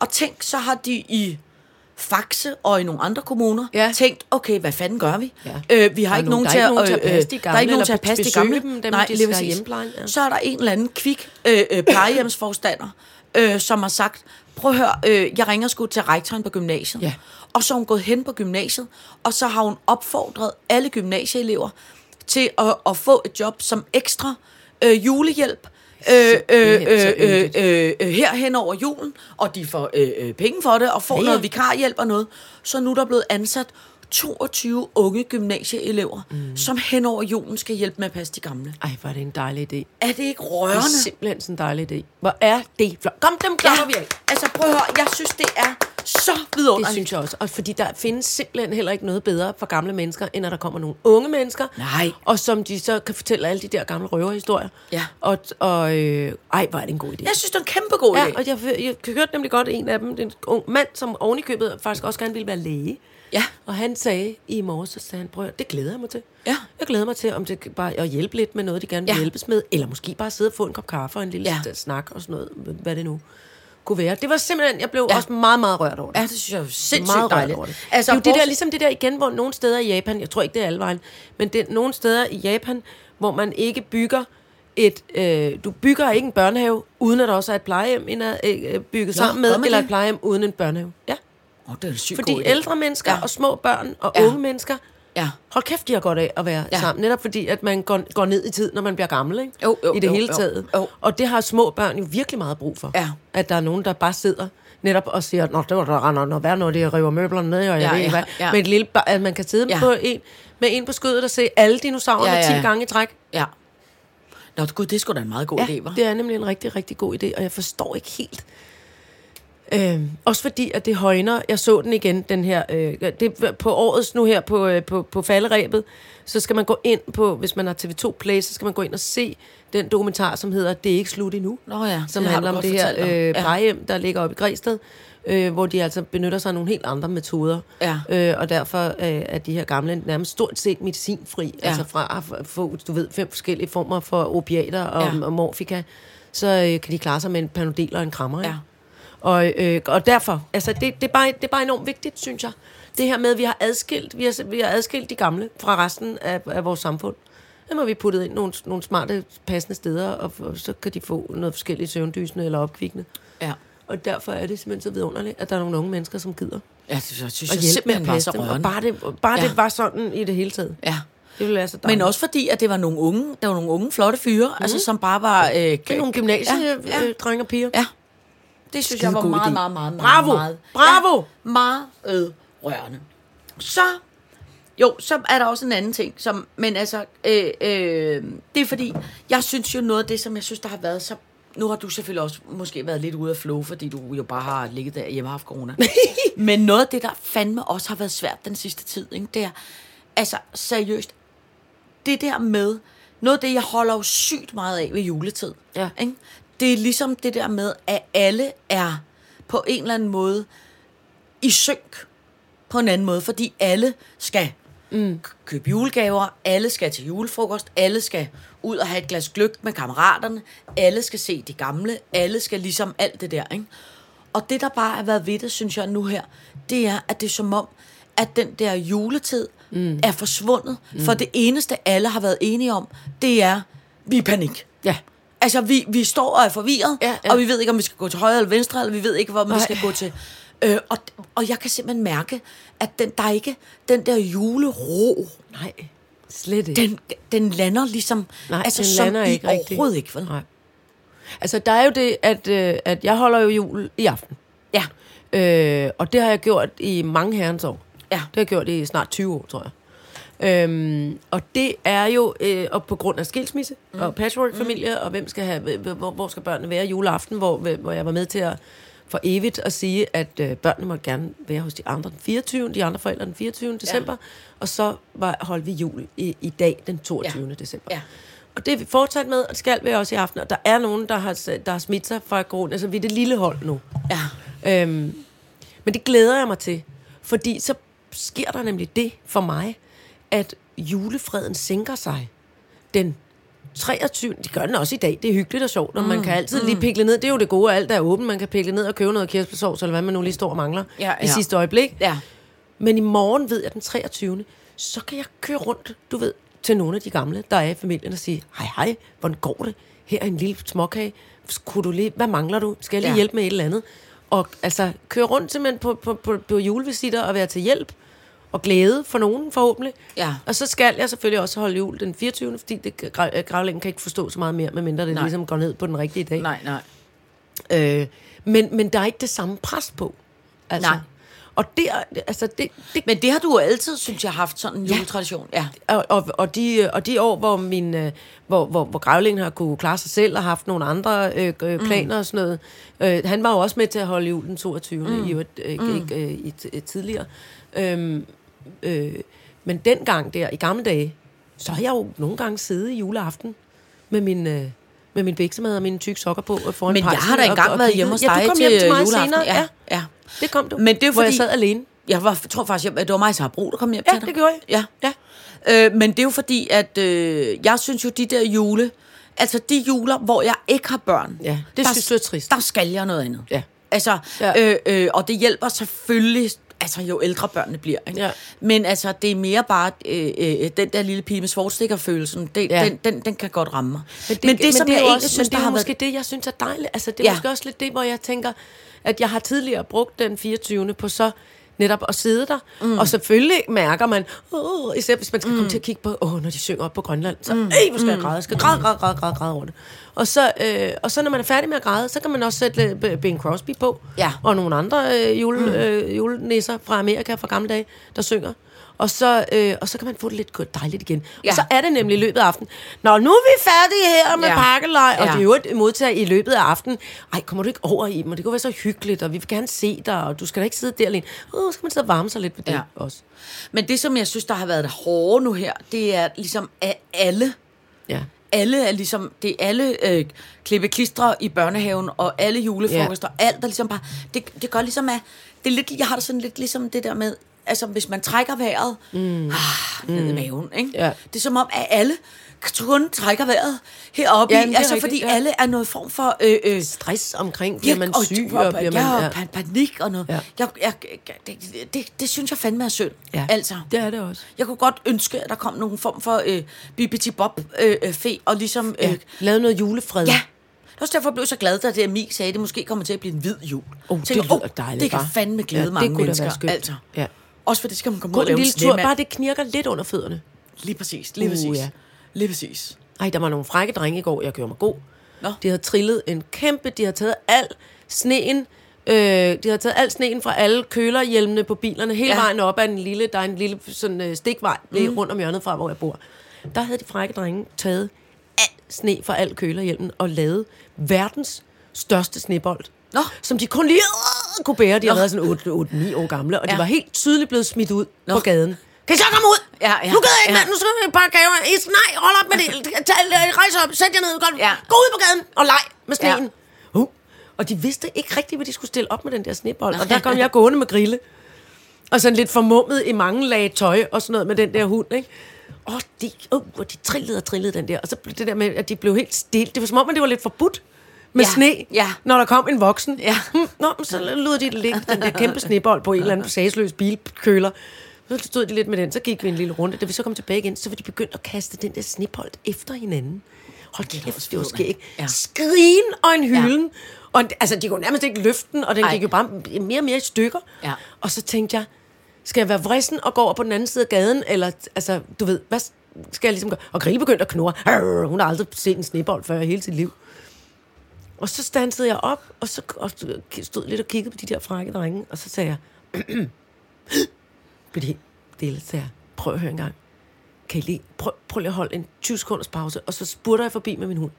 [SPEAKER 4] Og tænk, så har de i Faxe og i nogle andre kommuner
[SPEAKER 3] Ja.
[SPEAKER 4] tænkt, okay, hvad fanden gør vi?
[SPEAKER 3] Ja.
[SPEAKER 4] Øh, vi har
[SPEAKER 3] Der er
[SPEAKER 4] ikke
[SPEAKER 3] nogen-
[SPEAKER 4] nogen
[SPEAKER 3] der er
[SPEAKER 4] til
[SPEAKER 3] ikke
[SPEAKER 4] at
[SPEAKER 3] nogen til at
[SPEAKER 4] øh,
[SPEAKER 3] passe de
[SPEAKER 4] øh, Der er
[SPEAKER 3] gamle
[SPEAKER 4] ikke nogen til
[SPEAKER 3] eller
[SPEAKER 4] at passe de
[SPEAKER 3] besøge
[SPEAKER 4] gamle.
[SPEAKER 3] dem, dem,
[SPEAKER 4] Nej,
[SPEAKER 3] de
[SPEAKER 4] lige
[SPEAKER 3] skal have
[SPEAKER 4] præcis.
[SPEAKER 3] hjemmeplejen, ja.
[SPEAKER 4] Så er der en eller anden kvik øh, øh, plejehjemsforstander, øh, som har sagt, prøv at høre, øh, jeg ringer sgu til rektoren på gymnasiet.
[SPEAKER 3] Ja.
[SPEAKER 4] Og så er hun gået hen på gymnasiet, og så har hun opfordret alle gymnasieelever til at, at få et job som ekstra øh, julehjælp. Øh, øh,
[SPEAKER 3] Simpelthen så
[SPEAKER 4] øh, øh,
[SPEAKER 3] yndigt.
[SPEAKER 4] øh, øh, her hen over julen, og de får øh, øh, penge for det, og får
[SPEAKER 3] Ja,
[SPEAKER 4] ja.
[SPEAKER 3] ja.
[SPEAKER 4] noget vikarhjælp og noget. Så nu er der blevet ansat 22 unge gymnasieelever, mm. som hen over julen skal hjælpe med at passe de gamle.
[SPEAKER 3] Ej, hvor er det en dejlig idé.
[SPEAKER 4] Er det ikke
[SPEAKER 3] Det er
[SPEAKER 4] rørende?
[SPEAKER 3] simpelthen sådan en dejlig idé. Hvor er det flot. Kom, dem klapper vi af.
[SPEAKER 4] altså prøv at høre, jeg synes, det er så
[SPEAKER 3] Det
[SPEAKER 4] vidunderligt.
[SPEAKER 3] synes jeg også. Og fordi der findes simpelthen heller ikke noget bedre for gamle mennesker, end at der kommer nogle unge mennesker.
[SPEAKER 4] Nej.
[SPEAKER 3] Og som de så kan fortælle alle de der gamle røverhistorier.
[SPEAKER 4] Ja.
[SPEAKER 3] Og, og øh, ej, hvor er det en god idé.
[SPEAKER 4] Jeg synes, det er en kæmpe god idé.
[SPEAKER 3] Ja, og jeg, jeg hørte nemlig godt en af dem, det er en ung mand, som oven i købet faktisk også gerne ville være læge.
[SPEAKER 4] Ja.
[SPEAKER 3] Og han sagde i morges, så sagde han, prøv at høre, det glæder jeg mig til.
[SPEAKER 4] Ja.
[SPEAKER 3] Jeg glæder mig til, om det kan bare at hjælpe lidt med noget, de gerne vil
[SPEAKER 4] Ja.
[SPEAKER 3] ja. hjælpes med, eller måske bare sidde og få en kop kaffe og en lille
[SPEAKER 4] Ja.
[SPEAKER 3] ja. snak og sådan noget, hv- hvad det nu kunne være. Det var simpelthen, jeg blev
[SPEAKER 4] Ja.
[SPEAKER 3] ja. også meget, meget rørt over det.
[SPEAKER 4] Ja, det synes jeg er sindssygt
[SPEAKER 3] meget rørt
[SPEAKER 4] dejligt.
[SPEAKER 3] over det. Altså,
[SPEAKER 4] Altså,
[SPEAKER 3] det er jo det der,
[SPEAKER 4] bortset-
[SPEAKER 3] ligesom det der igen, hvor nogle steder i Japan, jeg tror ikke, det er alle vejen, men det er nogle steder i Japan, hvor man ikke bygger et, øh, du bygger ikke en børnehave, uden at der også er et plejehjem indad, øh, øh, bygget
[SPEAKER 4] Nå,
[SPEAKER 3] sammen
[SPEAKER 4] gør
[SPEAKER 3] med,
[SPEAKER 4] man
[SPEAKER 3] eller
[SPEAKER 4] det?
[SPEAKER 3] et plejehjem uden en børnehave. Ja,
[SPEAKER 4] Åh, det er en sygt
[SPEAKER 3] fordi
[SPEAKER 4] god idé.
[SPEAKER 3] ældre mennesker
[SPEAKER 4] Ja.
[SPEAKER 3] ja. og små børn og
[SPEAKER 4] Ja.
[SPEAKER 3] ja. unge mennesker,
[SPEAKER 4] Ja.
[SPEAKER 3] hold kæft, de har godt af at være
[SPEAKER 4] Ja.
[SPEAKER 3] ja. sammen. Netop fordi, at man går, går ned i tid, når man bliver gammel, ikke?
[SPEAKER 4] Jo, jo,
[SPEAKER 3] I det
[SPEAKER 4] jo,
[SPEAKER 3] hele
[SPEAKER 4] jo,
[SPEAKER 3] taget.
[SPEAKER 4] jo.
[SPEAKER 3] Og det har små børn jo virkelig meget brug for.
[SPEAKER 4] Ja.
[SPEAKER 3] At der er nogen, der bare sidder netop og siger, Nå, det var der render noget værd, når de river møblerne ned, og jeg
[SPEAKER 4] Ja,
[SPEAKER 3] ja, ved ikke
[SPEAKER 4] ja,
[SPEAKER 3] hvad.
[SPEAKER 4] ja.
[SPEAKER 3] Men et lille bar- at man kan sidde
[SPEAKER 4] Ja.
[SPEAKER 3] ja. på en, med en på skødet og se alle dinosaurerne
[SPEAKER 4] Ja,
[SPEAKER 3] ja,
[SPEAKER 4] ja,
[SPEAKER 3] ja,
[SPEAKER 4] ja.
[SPEAKER 3] 10 gange i træk.
[SPEAKER 4] Ja. Nå, gud, det er sgu da en meget god idé, hva'?
[SPEAKER 3] det er nemlig en rigtig, rigtig god idé, og jeg forstår ikke helt. Øh, også fordi, at det højner. Jeg så den igen, den her. Øh, det, på årets nu her på, øh, på, på falderæbet, så skal man gå ind på, hvis man har TV2 Play, så skal man gå ind og se den dokumentar, som hedder Det er ikke slut endnu.
[SPEAKER 4] Nå ja,
[SPEAKER 3] som
[SPEAKER 4] det har
[SPEAKER 3] handler
[SPEAKER 4] du
[SPEAKER 3] om det
[SPEAKER 4] godt
[SPEAKER 3] her
[SPEAKER 4] fortalt om.
[SPEAKER 3] øh,
[SPEAKER 4] Ja.
[SPEAKER 3] plejehjem, der ligger oppe i Græsted, øh, hvor de altså benytter sig af nogle helt andre metoder.
[SPEAKER 4] Ja.
[SPEAKER 3] Øh, og derfor øh, er de her gamle nærmest stort set medicinfri,
[SPEAKER 4] Ja.
[SPEAKER 3] ja. altså fra at få, du ved, fem forskellige former for opiater og,
[SPEAKER 4] Ja.
[SPEAKER 3] ja. og morfika, så øh, kan de klare sig med en panodil og en krammer. ikke?
[SPEAKER 4] Ja.
[SPEAKER 3] Og, øh, og derfor, altså det, det, er bare, det er bare enormt vigtigt, synes jeg. Det her med, at vi har adskilt, vi har, vi har adskilt de gamle fra resten af, af vores samfund. Dem har vi puttet ind nogle, nogle smarte, passende steder, og, og så kan de få noget forskelligt søvndysende eller opkvikkende.
[SPEAKER 4] Ja.
[SPEAKER 3] Og derfor er det simpelthen så vidunderligt, at der er nogle unge mennesker, som gider
[SPEAKER 4] Ja, det synes jeg
[SPEAKER 3] at hjælpe med
[SPEAKER 4] simpelthen
[SPEAKER 3] at
[SPEAKER 4] var
[SPEAKER 3] passe
[SPEAKER 4] så
[SPEAKER 3] dem. Og
[SPEAKER 4] rørende.
[SPEAKER 3] bare det, bare
[SPEAKER 4] Ja.
[SPEAKER 3] det var sådan i det hele taget.
[SPEAKER 4] Ja.
[SPEAKER 3] Det ville være så dejligt.
[SPEAKER 4] Men også fordi, at det var nogle unge, der var nogle unge flotte fyre, mm. altså som bare var... Øh,
[SPEAKER 3] det er nogle gymnasiedrenge
[SPEAKER 4] Ja,
[SPEAKER 3] ja,
[SPEAKER 4] ja.
[SPEAKER 3] ja. Øh, drenge og piger.
[SPEAKER 4] Ja. Det synes jeg var
[SPEAKER 3] Skidegod
[SPEAKER 4] meget,
[SPEAKER 3] idé.
[SPEAKER 4] meget, meget, meget,
[SPEAKER 3] Bravo!
[SPEAKER 4] meget,
[SPEAKER 3] Bravo!
[SPEAKER 4] Ja, meget øh, rørende. Så Jo, så er der også en anden ting, som, men altså, øh, øh, det er fordi, jeg synes jo noget af det, som jeg synes, der har været så... Nu har du selvfølgelig også måske været lidt ude af flow, fordi du jo bare har ligget der hjemme og haft corona. men noget af det, der fandme også har været svært den sidste tid, ikke, det er, altså seriøst, det der med, noget af det, jeg holder jo sygt meget af ved juletid,
[SPEAKER 3] Ja.
[SPEAKER 4] ikke? det er ligesom det der med, at alle er på en eller anden måde i synk på en anden måde, fordi alle skal mm. købe julegaver, alle skal til julefrokost, alle skal ud og have et glas gløk med kammeraterne, alle skal se de gamle, alle skal ligesom alt det der, ikke? Og det, der bare har været ved det, synes jeg nu her, det er, at det er som om, at den der juletid mm. er forsvundet, mm. for det eneste, alle har været enige om, det er, vi er i panik.
[SPEAKER 3] Ja.
[SPEAKER 4] Altså, vi, vi står og er forvirret,
[SPEAKER 3] Ja,
[SPEAKER 4] ja,
[SPEAKER 3] ja.
[SPEAKER 4] ja. og vi ved ikke, om vi skal gå til højre eller venstre, eller vi ved ikke, hvor vi
[SPEAKER 3] Nej.
[SPEAKER 4] skal gå til. Øh, og, og jeg kan simpelthen mærke, at den, der er ikke den der julero,
[SPEAKER 3] Nej, slet ikke.
[SPEAKER 4] den, den lander ligesom,
[SPEAKER 3] Nej,
[SPEAKER 4] altså
[SPEAKER 3] den
[SPEAKER 4] som
[SPEAKER 3] lander
[SPEAKER 4] i
[SPEAKER 3] ikke rigtig.
[SPEAKER 4] overhovedet ikke, vel?
[SPEAKER 3] Nej. Altså, der er jo det, at, øh, at jeg holder jo jul i aften.
[SPEAKER 4] Ja,
[SPEAKER 3] Øh, og det har jeg gjort i mange herrens år.
[SPEAKER 4] ja,
[SPEAKER 3] Det har jeg gjort i snart 20 år, tror jeg. Øhm, og det er jo øh, og på grund af skilsmisse mm. og patchwork-familie, mm. og hvem skal have, h- h- hvor, hvor skal børnene være juleaften, hvor, hvor jeg var med til at for evigt at sige, at øh, børnene må gerne være hos de andre den 24. De andre forældre den 24. december. Og så var, holdt vi jul i, i dag den 22.
[SPEAKER 4] Ja.
[SPEAKER 3] december.
[SPEAKER 4] Ja.
[SPEAKER 3] Og det er vi fortsat med, og det skal vi også i aften. Og der er nogen, der har, s- der har smidt sig fra corona, så vi er det lille hold nu.
[SPEAKER 4] ja,
[SPEAKER 3] Øhm, men det glæder jeg mig til, fordi så sker der nemlig det for mig, at julefreden sænker sig den 23. Det gør den også i dag. Det er hyggeligt og sjovt, og
[SPEAKER 4] Mm,
[SPEAKER 3] man kan altid lige pikle ned. Det er jo det gode, at alt er åbent. Man kan pikle ned og købe noget kirsebærsovs, eller hvad man nu lige står og mangler
[SPEAKER 4] Ja,
[SPEAKER 3] i
[SPEAKER 4] ja.
[SPEAKER 3] sidste øjeblik.
[SPEAKER 4] ja.
[SPEAKER 3] Men i morgen ved jeg den 23. Så kan jeg køre rundt, du ved, til nogle af de gamle, der er i familien og sige, hej hej, hvordan går det? Her er en lille småkage. Kunne du lige, hvad mangler du? Skal jeg lige ja.
[SPEAKER 4] Ja.
[SPEAKER 3] hjælpe med et eller andet? Og altså, køre rundt simpelthen på, på, på, på julevisiter og være til hjælp og glæde for nogen forhåbentlig.
[SPEAKER 4] Ja.
[SPEAKER 3] Og så skal jeg selvfølgelig også holde jul den 24. Fordi det, grav- gravlængen kan ikke forstå så meget mere, medmindre det
[SPEAKER 4] Nej.
[SPEAKER 3] ligesom går ned på den rigtige dag.
[SPEAKER 4] Nej, nej.
[SPEAKER 3] Øh, men, men der er ikke det samme pres på. Altså.
[SPEAKER 4] Nej.
[SPEAKER 3] Og der, altså det, det
[SPEAKER 4] Men det har du jo altid, synes jeg, haft sådan en juletradition. Ja.
[SPEAKER 3] og, og, og, de, og de år, hvor, min, øh, hvor, hvor, hvor grævlingen har kunne klare sig selv og haft nogle andre øh, øh, planer mm. og sådan noget, øh, han var jo også med til at holde jul den 22. Mm. I, øvrigt, øh, mm. ikke, øh, i, t- øh, tidligere. Øhm, øh, men dengang der, i gamle dage, så har jeg jo nogle gange siddet i juleaften med min... Øh, med min biksemad og mine tykke sokker på og foran
[SPEAKER 4] Men jeg
[SPEAKER 3] pejsen
[SPEAKER 4] har da
[SPEAKER 3] og-
[SPEAKER 4] engang
[SPEAKER 3] og
[SPEAKER 4] været
[SPEAKER 3] kigget.
[SPEAKER 4] hjemme hos
[SPEAKER 3] ja,
[SPEAKER 4] dig
[SPEAKER 3] du kom
[SPEAKER 4] til,
[SPEAKER 3] hjem til
[SPEAKER 4] øh,
[SPEAKER 3] mig
[SPEAKER 4] juleaften.
[SPEAKER 3] senere.
[SPEAKER 4] Ja,
[SPEAKER 3] Ja.
[SPEAKER 4] ja.
[SPEAKER 3] det kom du.
[SPEAKER 4] Men det er
[SPEAKER 3] hvor jeg
[SPEAKER 4] fordi-
[SPEAKER 3] sad alene.
[SPEAKER 4] Jeg var, tror faktisk, at det var mig, der har brug, der kom hjem
[SPEAKER 3] Ja,
[SPEAKER 4] til dig.
[SPEAKER 3] det gjorde jeg.
[SPEAKER 4] Ja.
[SPEAKER 3] Ja.
[SPEAKER 4] Øh, men det er jo fordi, at øh, jeg synes jo, de der jule, altså de juler, hvor jeg ikke har børn,
[SPEAKER 3] Ja, det
[SPEAKER 4] der,
[SPEAKER 3] synes du er trist.
[SPEAKER 4] der skal jeg noget andet.
[SPEAKER 3] Ja.
[SPEAKER 4] Altså,
[SPEAKER 3] Ja.
[SPEAKER 4] ja. Øh, øh, og det hjælper selvfølgelig, altså jo ældre børnene bliver. Ikke?
[SPEAKER 3] Ja.
[SPEAKER 4] Men altså, det er mere bare øh, øh, den der lille pige med svartstikkerfølelsen, det,
[SPEAKER 3] Ja.
[SPEAKER 4] ja. den, den, den kan godt ramme mig.
[SPEAKER 3] Men det, men det, men
[SPEAKER 4] som
[SPEAKER 3] det
[SPEAKER 4] jeg
[SPEAKER 3] er jo
[SPEAKER 4] egentlig
[SPEAKER 3] også,
[SPEAKER 4] synes,
[SPEAKER 3] men det
[SPEAKER 4] der
[SPEAKER 3] er
[SPEAKER 4] har
[SPEAKER 3] måske
[SPEAKER 4] været...
[SPEAKER 3] været... det, jeg synes er dejligt. Altså, det er ja.
[SPEAKER 4] Ja.
[SPEAKER 3] måske også lidt det, hvor jeg tænker, at jeg har tidligere brugt den 24. på så netop at sidde der. Mm. Og selvfølgelig mærker man, åh, især hvis man skal mm. komme til at kigge på, åh, når de synger op på Grønland, så, mm. ej, hvor skal jeg græde? Jeg skal græde, græde, græde, græde, græde over det. Og så, øh, og så når man er færdig med at græde, så kan man også sætte øh, B- Bing Crosby på,
[SPEAKER 4] Ja.
[SPEAKER 3] og nogle andre øh, jule, mm. øh, julenisser fra Amerika fra gamle dage, der synger. Og så, øh, og så kan man få det lidt dejligt igen. Ja.
[SPEAKER 4] Ja.
[SPEAKER 3] Og så er det nemlig i løbet af aftenen. Nå, nu er vi færdige her med ja.
[SPEAKER 4] Ja.
[SPEAKER 3] pakkelej, og
[SPEAKER 4] Ja.
[SPEAKER 3] det er jo øvrigt modtager i løbet af aftenen. Ej, kommer du ikke over i dem, og det kunne være så hyggeligt, og vi vil gerne se dig, og du skal da ikke sidde der alene. Uh, så kan man sidde og varme sig lidt ved det ja.
[SPEAKER 4] Ja.
[SPEAKER 3] også.
[SPEAKER 4] Men det, som jeg synes, der har været det hårde nu her, det er ligesom, at alle
[SPEAKER 3] Ja.
[SPEAKER 4] alle er ligesom, det er alle øh, klippe klistre i børnehaven, og alle julefrokoster, yeah. alt der ligesom bare, det, det gør ligesom at, det er lidt, jeg har det sådan lidt ligesom det der med, altså hvis man trækker vejret, mm. ah, ned i maven, ikke?
[SPEAKER 3] Ja.
[SPEAKER 4] Det er som om, at alle kun trækker vejret heroppe,
[SPEAKER 3] Ja,
[SPEAKER 4] ja,
[SPEAKER 3] men det er
[SPEAKER 4] altså
[SPEAKER 3] rigtigt,
[SPEAKER 4] fordi
[SPEAKER 3] ja.
[SPEAKER 4] ja. alle er noget form for, øh, øh,
[SPEAKER 3] Stress omkring, bliver man
[SPEAKER 4] og-
[SPEAKER 3] syg,
[SPEAKER 4] og,
[SPEAKER 3] og bliver man...
[SPEAKER 4] ja,
[SPEAKER 3] ja.
[SPEAKER 4] og pan- panik og noget.
[SPEAKER 3] Ja.
[SPEAKER 4] Ja. Jeg, jeg, jeg, det, det, det synes jeg fandme er synd.
[SPEAKER 3] Ja.
[SPEAKER 4] Altså.
[SPEAKER 3] Det er det også.
[SPEAKER 4] Jeg kunne godt ønske, at der kom nogen form for øh, bibiti bob øh, øh, fe og ligesom... Øh,
[SPEAKER 3] Ja. Lave noget julefred.
[SPEAKER 4] Ja. Det er også derfor, jeg blev så glad, da det at Mik sagde, at det måske kommer til at blive en hvid jul.
[SPEAKER 3] Oh,
[SPEAKER 4] Tænker,
[SPEAKER 3] det lyder
[SPEAKER 4] "Åh,
[SPEAKER 3] dejligt,
[SPEAKER 4] Det kan
[SPEAKER 3] hva'?"
[SPEAKER 4] fandme glæde
[SPEAKER 3] Ja, det
[SPEAKER 4] mange
[SPEAKER 3] kunne da være
[SPEAKER 4] mennesker.
[SPEAKER 3] skønt.
[SPEAKER 4] Altså.
[SPEAKER 3] Ja.
[SPEAKER 4] Også fordi skal man komme
[SPEAKER 3] Gå
[SPEAKER 4] ud og
[SPEAKER 3] en
[SPEAKER 4] lave en
[SPEAKER 3] lille tur,
[SPEAKER 4] snemand.
[SPEAKER 3] bare det knirker lidt under fødderne.
[SPEAKER 4] Lige præcis, lige
[SPEAKER 3] Uh,
[SPEAKER 4] præcis.
[SPEAKER 3] ja.
[SPEAKER 4] Lige præcis.
[SPEAKER 3] Ej, der var nogle frække drenge i går, jeg gjorde mig god.
[SPEAKER 4] Nå.
[SPEAKER 3] De havde trillet en kæmpe, de havde taget al sneen, Øh, de har taget al sneen fra alle kølerhjelmene på bilerne, hele
[SPEAKER 4] Ja. Mhm.
[SPEAKER 3] ja. vejen op ad en lille, der er en lille sådan, øh, stikvej lige rundt om hjørnet fra, hvor jeg bor. Der havde de frække drenge taget al sne fra al kølerhjelmen og lavet verdens største snebold.
[SPEAKER 4] Nå.
[SPEAKER 3] Som de kun lige øh, kunne bære. De har
[SPEAKER 4] Nå.
[SPEAKER 3] været sådan 8-9 år gamle, og ja.
[SPEAKER 4] Ja.
[SPEAKER 3] de var helt tydeligt blevet smidt ud Nå.
[SPEAKER 4] Nå.
[SPEAKER 3] på gaden. Kan I så komme ud?
[SPEAKER 4] Ja, ja,
[SPEAKER 3] nu gider jeg ikke,
[SPEAKER 4] ja.
[SPEAKER 3] mand. Nu skal vi bare gaver. I, nej, hold op med det. Tal, rejs op, sæt jer ned. Kom.
[SPEAKER 4] Ja.
[SPEAKER 3] Ja. Gå ud på gaden og leg med
[SPEAKER 4] Ja.
[SPEAKER 3] sneen. Ja. Uh. Og de vidste ikke rigtigt, hvad de skulle stille op med den der snebold. Og der kom jeg gående med grille. Og sådan lidt formummet i mange lag tøj og sådan noget med den der hund, ikke? Og de, uh, og de trillede og trillede den der. Og så blev det der med, at de blev helt stille. Det var som om, at det var lidt forbudt med
[SPEAKER 4] Ja,
[SPEAKER 3] ja. sne,
[SPEAKER 4] ja.
[SPEAKER 3] når der kom en voksen.
[SPEAKER 4] Ja.
[SPEAKER 3] Hmm, Nå, men så lød de ligge den der kæmpe snebold på en eller anden sagsløs bilkøler. Så stod de lidt med den, så gik vi en lille runde. Da vi så kom tilbage igen, så var de begyndt at kaste den der snebold efter hinanden. Hold kæft, det var skægt.
[SPEAKER 4] Ja.
[SPEAKER 3] Ja. Skrigen og en hylden. Ja. Og en- altså, de kunne nærmest ikke løfte den, og den
[SPEAKER 4] Ej.
[SPEAKER 3] Ej. gik jo bare mere og mere i stykker.
[SPEAKER 4] Ja.
[SPEAKER 3] Og så tænkte jeg, skal jeg være vrissen og gå over på den anden side af gaden? Eller, altså, du ved, hvad skal jeg ligesom gøre? Og Grille begyndte at knurre. Arr, hun har aldrig set en snebold før i hele sit liv. Og så stansede jeg op, og så og stod lidt og kiggede på de der frække drenge, og så sagde jeg, blev det helt delt, sagde jeg, prøv at høre en gang. Kan I lige, prøv, prøv lige at holde en 20 sekunders pause, og så spurter jeg forbi med min hund.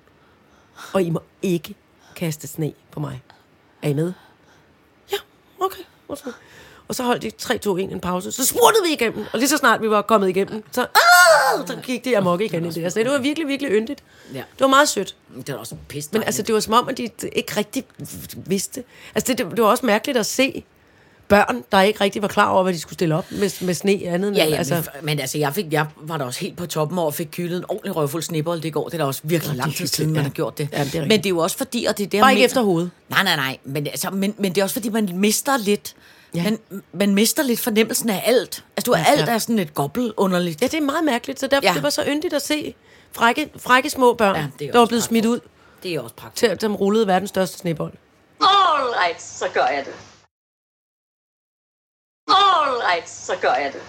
[SPEAKER 3] Og I må ikke kaste sne på mig. Er I med? Ja, okay. Undskyld. Og så holdt de 3, 2, 1 en pause, så spurtede vi igennem, og lige så snart vi var kommet igennem, så, "Ah!" så gik det amok igen i det. Altså, det var virkelig, virkelig yndigt.
[SPEAKER 4] Ja.
[SPEAKER 3] Det var meget sødt.
[SPEAKER 4] Det er da også en pisse
[SPEAKER 3] Men altså, det var som om, at de ikke rigtig vidste. Altså, det, det var også mærkeligt at se børn, der ikke rigtig var klar over, hvad de skulle stille op med, med sne andet. end-
[SPEAKER 4] Ja, ja,
[SPEAKER 3] altså,
[SPEAKER 4] altså, men, men altså, jeg, fik, jeg var da også helt på toppen over og fik kyldet en ordentlig røvfuld snibbold i går. Det er da også virkelig lang tid
[SPEAKER 3] hyggeligt,
[SPEAKER 4] siden, man
[SPEAKER 3] ja.
[SPEAKER 4] har gjort det.
[SPEAKER 3] Ja, det er
[SPEAKER 4] men
[SPEAKER 3] rigtigt.
[SPEAKER 4] det er jo også fordi, og det er det, jeg
[SPEAKER 3] Bare ikke
[SPEAKER 4] mener-
[SPEAKER 3] efter hovedet.
[SPEAKER 4] Nej, nej, nej. Men, altså, men, men det er også fordi, man mister lidt. Ja.
[SPEAKER 3] Ja.
[SPEAKER 4] Man, man mister lidt fornemmelsen af alt. Altså, du er alt er sådan lidt gobbel underligt.
[SPEAKER 3] ja, det er meget mærkeligt. Så derfor,
[SPEAKER 4] Ja.
[SPEAKER 3] ja. det var så yndigt at se frække, frække små børn,
[SPEAKER 4] Ja,
[SPEAKER 3] ja,
[SPEAKER 4] det er
[SPEAKER 3] der var
[SPEAKER 4] også
[SPEAKER 3] blevet
[SPEAKER 4] ret
[SPEAKER 3] smidt ud
[SPEAKER 4] Det er også praktisk.
[SPEAKER 3] til, at de rullede verdens største snebold.
[SPEAKER 2] All right, så gør jeg det. All right, så gør jeg det.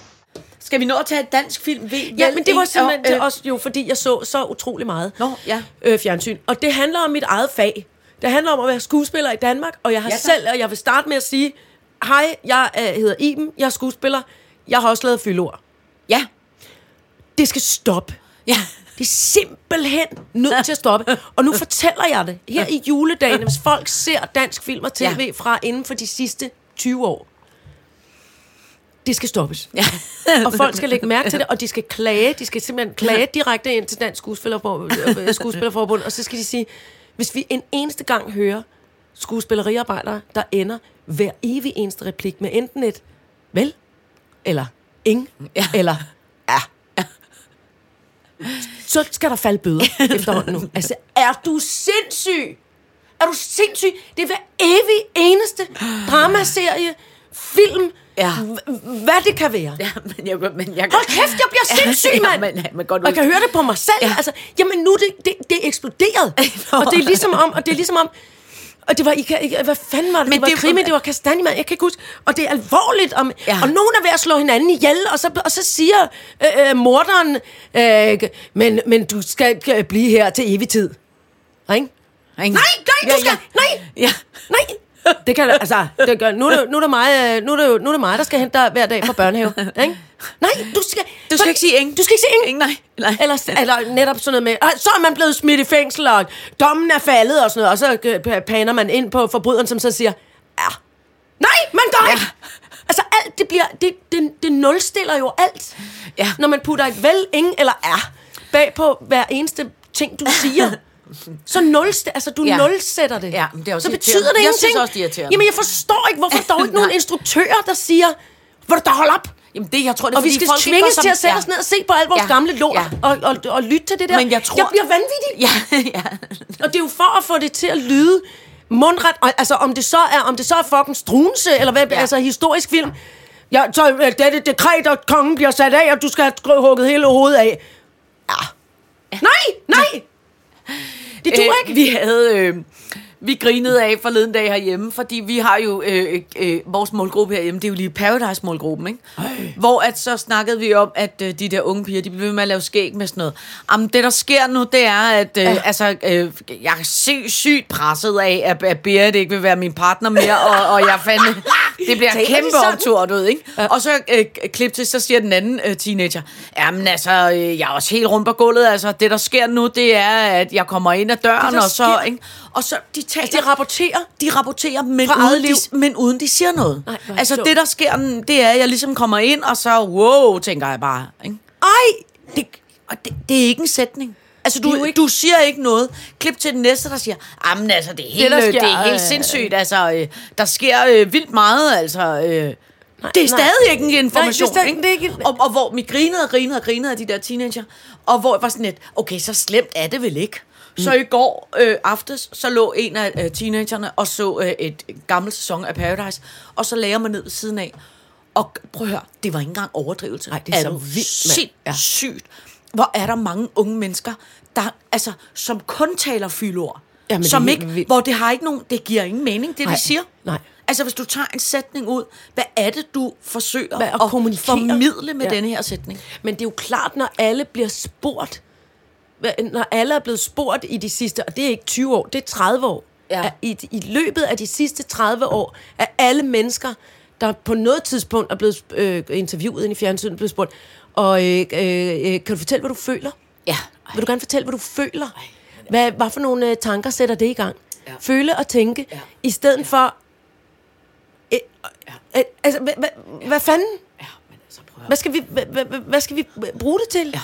[SPEAKER 4] Skal vi nå at tage et dansk film? Ved,
[SPEAKER 3] Ja,
[SPEAKER 4] vel
[SPEAKER 3] men det var
[SPEAKER 4] en-
[SPEAKER 3] simpelthen
[SPEAKER 4] og, øh,
[SPEAKER 3] det også jo, fordi jeg så så utrolig meget
[SPEAKER 4] Nå, ja.
[SPEAKER 3] øh, fjernsyn. Og det handler om mit eget fag. Det handler om at være skuespiller i Danmark, og jeg har
[SPEAKER 4] Ja,
[SPEAKER 3] ja,
[SPEAKER 4] tak.
[SPEAKER 3] selv, og jeg vil starte med at sige, hej, jeg øh, hedder Iben, jeg er skuespiller, jeg har også lavet fyldord.
[SPEAKER 4] Ja.
[SPEAKER 3] Det skal stoppe.
[SPEAKER 4] Ja.
[SPEAKER 3] Det er simpelthen nødt til at stoppe. Og nu fortæller jeg det. Her i juledagene, hvis folk ser dansk film og tv
[SPEAKER 4] Ja.
[SPEAKER 3] fra inden for de sidste 20 år. Det skal stoppes.
[SPEAKER 4] ja.
[SPEAKER 3] Og folk skal lægge mærke til det, og de skal klage. De skal simpelthen klage direkte ind til Dansk Skuespillerforbund, øh, Skuespillerforbund og så skal de sige, hvis vi en eneste gang hører skuespilleriarbejdere, der ender hver evig eneste replik med enten et vel, eller ing,
[SPEAKER 4] Ja.
[SPEAKER 3] ja. eller ja. Så skal der falde bøder efterhånden nu. Altså, er du sindssyg? Er du sindssyg? Det er hver evig eneste dramaserie, film,
[SPEAKER 4] Ja.
[SPEAKER 3] h- hvad det kan være.
[SPEAKER 4] ja men, jeg, men jeg,
[SPEAKER 3] Hold kæft, jeg bliver sindssyg,
[SPEAKER 4] Ja,
[SPEAKER 3] mand!
[SPEAKER 4] men- men godt
[SPEAKER 3] og jeg kan
[SPEAKER 4] ud.
[SPEAKER 3] høre det på mig selv.
[SPEAKER 4] Ja.
[SPEAKER 3] Ja. Altså, jamen nu, er det, det, det er eksploderet.
[SPEAKER 4] Nå.
[SPEAKER 3] og det er ligesom om, og det er ligesom om, og det var, I kan, I, hvad fanden var det?
[SPEAKER 4] Men
[SPEAKER 3] Men det var
[SPEAKER 4] det-
[SPEAKER 3] det, krimi, det var kastanjemand, jeg kan ikke huske. Og det er alvorligt, om,
[SPEAKER 4] Ja.
[SPEAKER 3] ja. og nogen er ved at slå hinanden ihjel, og så, og så siger øh, øh, morderen, øh, men, men du skal øh, blive her til evig tid. Ikke?
[SPEAKER 4] Ikke?
[SPEAKER 3] Nej, nej, du skal, nej,
[SPEAKER 4] Ja.
[SPEAKER 3] Nej! Det kan altså, det gør, nu, er det, nu, er det mig, øh, nu, er det, jo- nu er det mig, der skal hente dig hver dag fra børnehave. Ikke? Nej, du skal...
[SPEAKER 4] Du skal ikke sige ingen.
[SPEAKER 3] Du skal ikke sige ingen.
[SPEAKER 4] Ingen, nej. nej.
[SPEAKER 3] Eller, eller netop sådan noget med, "Ah, så er man blevet smidt i fængsel, og dommen er faldet og sådan noget, og så øh, paner man ind på forbryderen, som så siger, ja, nej, man gør ikke. Altså alt, det bliver, det, det, det nulstiller jo alt,
[SPEAKER 4] Ja.
[SPEAKER 3] når man putter et vel, ingen eller er bag på hver eneste ting, du siger. Så nulst, altså du
[SPEAKER 4] Ja.
[SPEAKER 3] ja. nulsætter det.
[SPEAKER 4] Ja, men det er også
[SPEAKER 3] så betyder det
[SPEAKER 4] irriterende. Jeg
[SPEAKER 3] ingenting.
[SPEAKER 4] synes også, det er irriterende.
[SPEAKER 3] Jamen, jeg forstår ikke, hvorfor der er jo ikke nogen
[SPEAKER 4] Nej.
[SPEAKER 3] instruktører, der siger, hvor du da holde op,
[SPEAKER 4] Jamen det, jeg tror, det er,
[SPEAKER 3] og vi
[SPEAKER 4] Altså, fordi
[SPEAKER 3] skal
[SPEAKER 4] folk ikke
[SPEAKER 3] tvinges
[SPEAKER 4] går som-
[SPEAKER 3] til at sætte
[SPEAKER 4] Ja.
[SPEAKER 3] os ned og se på alt vores
[SPEAKER 4] Ja.
[SPEAKER 3] ja. gamle lort
[SPEAKER 4] Ja.
[SPEAKER 3] ja. og, og, og lytte til det der.
[SPEAKER 4] Men jeg tror-
[SPEAKER 3] jeg bliver vanvittig.
[SPEAKER 4] Ja, ja.
[SPEAKER 3] Og det er jo for at få det til at lyde mundret. Og, altså, om det så er, om det så er fucking strunse, eller hvad,
[SPEAKER 4] Ja.
[SPEAKER 3] ja. altså historisk film. Ja, så øh, det er det dekret, at kongen bliver sat af, og du skal have skru- hugget hele hovedet af. Ja. Nej, nej! Det duer
[SPEAKER 4] Øh,
[SPEAKER 3] ikke.
[SPEAKER 4] Vi havde... Øh, vi grinede af forleden dag herhjemme, fordi vi har jo øh, øh, vores målgruppe herhjemme, det er jo lige Paradise-målgruppen, ikke? Hvor at så snakkede vi om, at øh, de der unge piger, de blev ved med at lave skæg med sådan noget. Jamen, det der sker nu, det er, at øh, altså, øh, jeg er sygt, sygt presset af, at, at Berit ikke vil være min partner mere, og, og jeg fandme, det bliver
[SPEAKER 3] Taler de
[SPEAKER 4] kæmpe
[SPEAKER 3] sådan?
[SPEAKER 4] optur tur, du ved, ikke? Og så øh, klip til, så siger den anden øh, teenager, jamen altså, øh, jeg er også helt rundt på gulvet, altså, det der sker nu, det er, at jeg kommer ind ad døren,
[SPEAKER 3] der
[SPEAKER 4] og så,
[SPEAKER 3] sker?
[SPEAKER 4] ikke? Og så, de taler,
[SPEAKER 3] Altså, de rapporterer?
[SPEAKER 4] de rapporterer, men
[SPEAKER 3] Fra eget
[SPEAKER 4] uden, de,
[SPEAKER 3] liv?
[SPEAKER 4] men uden de siger noget.
[SPEAKER 3] Nej, hvor er det
[SPEAKER 4] altså,
[SPEAKER 3] sjovt.
[SPEAKER 4] det der sker, det er, at jeg ligesom kommer ind, og så, wow, tænker jeg bare, ikke?
[SPEAKER 3] Ej!
[SPEAKER 4] Det, og det, det er ikke en sætning. Altså,
[SPEAKER 3] Det er jo
[SPEAKER 4] du,
[SPEAKER 3] ikke-
[SPEAKER 4] du siger ikke noget. Klip til den næste, der siger, jamen altså, det er helt,
[SPEAKER 3] der
[SPEAKER 4] det,
[SPEAKER 3] sker,
[SPEAKER 4] det er helt
[SPEAKER 3] øh,
[SPEAKER 4] sindssygt. Altså, øh, der sker øh, vildt meget, altså... Øh,
[SPEAKER 3] Nej,
[SPEAKER 4] det er
[SPEAKER 3] nej.
[SPEAKER 4] stadig ikke en information,
[SPEAKER 3] Nej, det er stadig-
[SPEAKER 4] ikke?
[SPEAKER 3] det er ikke-
[SPEAKER 4] Og, og hvor vi grinede og grinede og grinede af de der teenager, og hvor jeg var sådan lidt, okay, så slemt er det vel ikke?
[SPEAKER 3] Mm.
[SPEAKER 4] Så i går øh, aftes, så lå en af øh, teenagerne og så øh, et gammelt sæson af Paradise, og så lagde jeg mig ned ved siden af, og g- prøv at høre, det var ikke engang overdrivelse.
[SPEAKER 3] Ej, det er så
[SPEAKER 4] du
[SPEAKER 3] vildt, mand. Ja.
[SPEAKER 4] Sindssygt. Hvor er der mange unge mennesker, der, altså, som kun taler fyldord.
[SPEAKER 3] Jamen, det er
[SPEAKER 4] som
[SPEAKER 3] helt
[SPEAKER 4] ikke,
[SPEAKER 3] vildt.
[SPEAKER 4] hvor det har ikke nogen, det giver ingen mening, det
[SPEAKER 3] Nej,
[SPEAKER 4] de siger.
[SPEAKER 3] nej.
[SPEAKER 4] Altså, hvis du tager en sætning ud, hvad er det, du forsøger
[SPEAKER 3] Hvad, at
[SPEAKER 4] at,
[SPEAKER 3] kommunikere?
[SPEAKER 4] formidle med
[SPEAKER 3] Ja.
[SPEAKER 4] ja. denne her sætning?
[SPEAKER 3] Men det er jo klart, når alle bliver spurgt, hva- når alle er blevet spurgt i de sidste, og det er ikke 20 år, det er 30 år.
[SPEAKER 4] Ja.
[SPEAKER 3] At I, I løbet af de sidste 30 år, er alle mennesker, der på noget tidspunkt er blevet øh, interviewet ind i fjernsynet, blevet spurgt, og øh, øh, øh, kan du fortælle, hvad du føler?
[SPEAKER 4] Ja.
[SPEAKER 3] Vil du gerne fortælle, hvad du føler? Hvad, hvad for nogle øh, tanker sætter det i gang?
[SPEAKER 4] Ja.
[SPEAKER 3] Føle og tænke,
[SPEAKER 4] Ja.
[SPEAKER 3] i stedet for... Øh, øh, altså, hvad, hvad, hvad fanden?
[SPEAKER 4] ja men altså, prøv at
[SPEAKER 3] Hvad skal vi, hvad, hvad, hvad skal vi bruge det til? Ja.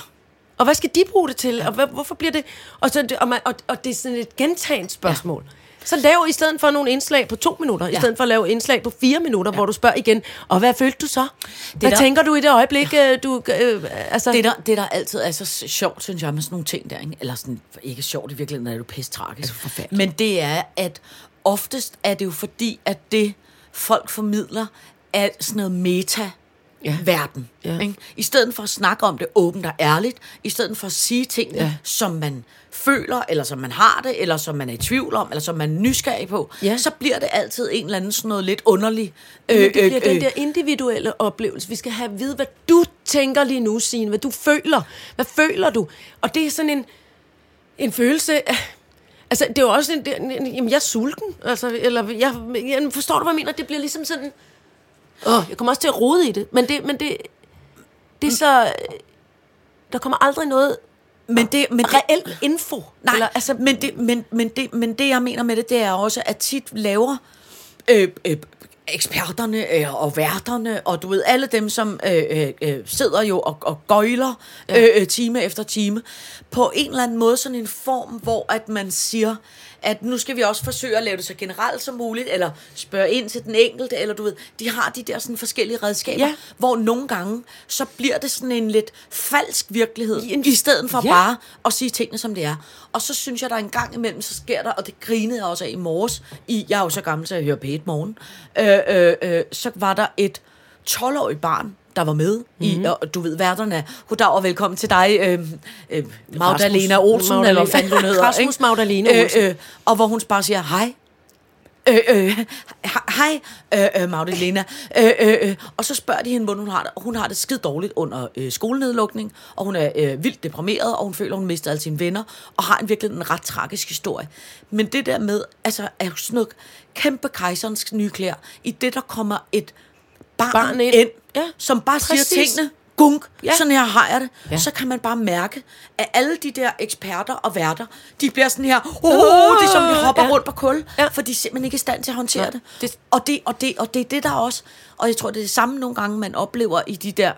[SPEAKER 3] Og hvad skal de bruge det til? Ja. Og hvad, hvorfor bliver det... Og, så, er det- og, man, og, og det er sådan et gentagende spørgsmål. Ja. Så lav i stedet for nogle indslag på to minutter, ja. i
[SPEAKER 4] Ja.
[SPEAKER 3] stedet for at lave indslag på fire minutter, ja. hvor du spørger igen, og hvad følte du så? Det hvad
[SPEAKER 4] der-
[SPEAKER 3] der... tænker du i det øjeblik, ja. du... Øh, altså,
[SPEAKER 4] det, der, det, der altid er så s- sjovt, synes jeg, med sådan nogle ting der, ikke? eller sådan, ikke sjovt, i virkeligheden er det jo pisse tragisk.
[SPEAKER 3] forfærdeligt.
[SPEAKER 4] Men det er, at oftest er det jo fordi, at det folk formidler, er sådan noget meta
[SPEAKER 3] Ja.
[SPEAKER 4] verden.
[SPEAKER 3] Ja.
[SPEAKER 4] Ikke? I stedet for at snakke om det åbent og ærligt, i stedet for at sige tingene,
[SPEAKER 3] Ja.
[SPEAKER 4] ja. som man føler, eller som man har det, eller som man er i tvivl om, eller som man er nysgerrig på,
[SPEAKER 3] Ja.
[SPEAKER 4] så bliver det altid en eller anden sådan noget lidt underlig. Øh,
[SPEAKER 3] Men det bliver den der individuelle oplevelse. Vi skal have at vide, hvad du tænker lige nu, Signe. Hvad du føler. Hvad føler du? Og det er sådan en, en følelse af... Altså, det er jo også en... det er en- en- Jamen, jeg er sulten. Altså, eller jeg, jeg forstår du, hvad jeg mener? Det bliver ligesom sådan... Åh, jeg kommer også til at rode i det. Men det, men det, det er så... Der kommer aldrig noget
[SPEAKER 4] men det, men det,
[SPEAKER 3] reelt info.
[SPEAKER 4] Nej,
[SPEAKER 3] Eller,
[SPEAKER 4] Eller, altså, men, det, men, men, det, men det, jeg mener med det, det er også, at tit laver øh, øh, eksperterne øh, og værterne, og du ved, alle dem, som øh, øh, øh, sidder jo og, og gøjler øh, øh, time efter time, på en eller anden måde sådan en form, hvor at man siger, at nu skal vi også forsøge at lave det så generelt som muligt, eller spørge ind til den enkelte, eller du ved, de har de der sådan forskellige redskaber,
[SPEAKER 3] Ja.
[SPEAKER 4] ja. hvor nogle gange, så bliver det sådan en lidt falsk virkelighed,
[SPEAKER 3] En-
[SPEAKER 4] i stedet for
[SPEAKER 3] Ja.
[SPEAKER 4] ja. bare og sige tingene, som det er. Og så synes jeg, der en gang imellem, så sker der, og det grinede jeg også af i morges, i, jeg er jo så gammel, så jeg hører P1 morgen, øh, øh, øh, så var der et 12-årigt barn, der var med mm-hmm.
[SPEAKER 3] Mhm.
[SPEAKER 4] i, og du ved, værterne er, goddag og velkommen til dig, øh, øh, Magdalena
[SPEAKER 3] Rasmus-
[SPEAKER 4] Olsen, Magdalena. eller hvad fanden hun hedder.
[SPEAKER 3] Rasmus
[SPEAKER 4] ikke?
[SPEAKER 3] Magdalena Olsen.
[SPEAKER 4] Øh, øh, og hvor hun bare siger, hej, øh, øh, he- hej, øh, øh, Magdalena. Øh, øh, øh. Og så spørger de hende, hvordan hun har det. Og hun har det skide dårligt under øh, skolenedlukning, og hun er øh, vildt deprimeret, og hun føler, hun mister alle sine venner, og har en virkelig en ret tragisk historie. Men det der med, altså, er jo sådan noget kæmpe kejserens nye klær, i det, der kommer et barn,
[SPEAKER 3] Barn
[SPEAKER 4] barn
[SPEAKER 3] ind.
[SPEAKER 4] ind, ind
[SPEAKER 3] Ja,
[SPEAKER 4] ja, som bare siger
[SPEAKER 3] præcis.
[SPEAKER 4] tingene, gunk,
[SPEAKER 3] Ja.
[SPEAKER 4] ja. sådan her har jeg det.
[SPEAKER 3] Ja.
[SPEAKER 4] Ja. Så kan man bare mærke, at alle de der eksperter og værter, de bliver sådan her, oh, det er som de hopper
[SPEAKER 3] Ja.
[SPEAKER 4] ja. rundt på kul,
[SPEAKER 3] Ja.
[SPEAKER 4] ja. for de er simpelthen ikke i stand til at håndtere
[SPEAKER 3] Nej,
[SPEAKER 4] det.
[SPEAKER 3] det-
[SPEAKER 4] det. Og, det, og, det, og det er det, der også, og jeg tror, det er det samme nogle gange, man oplever i de der,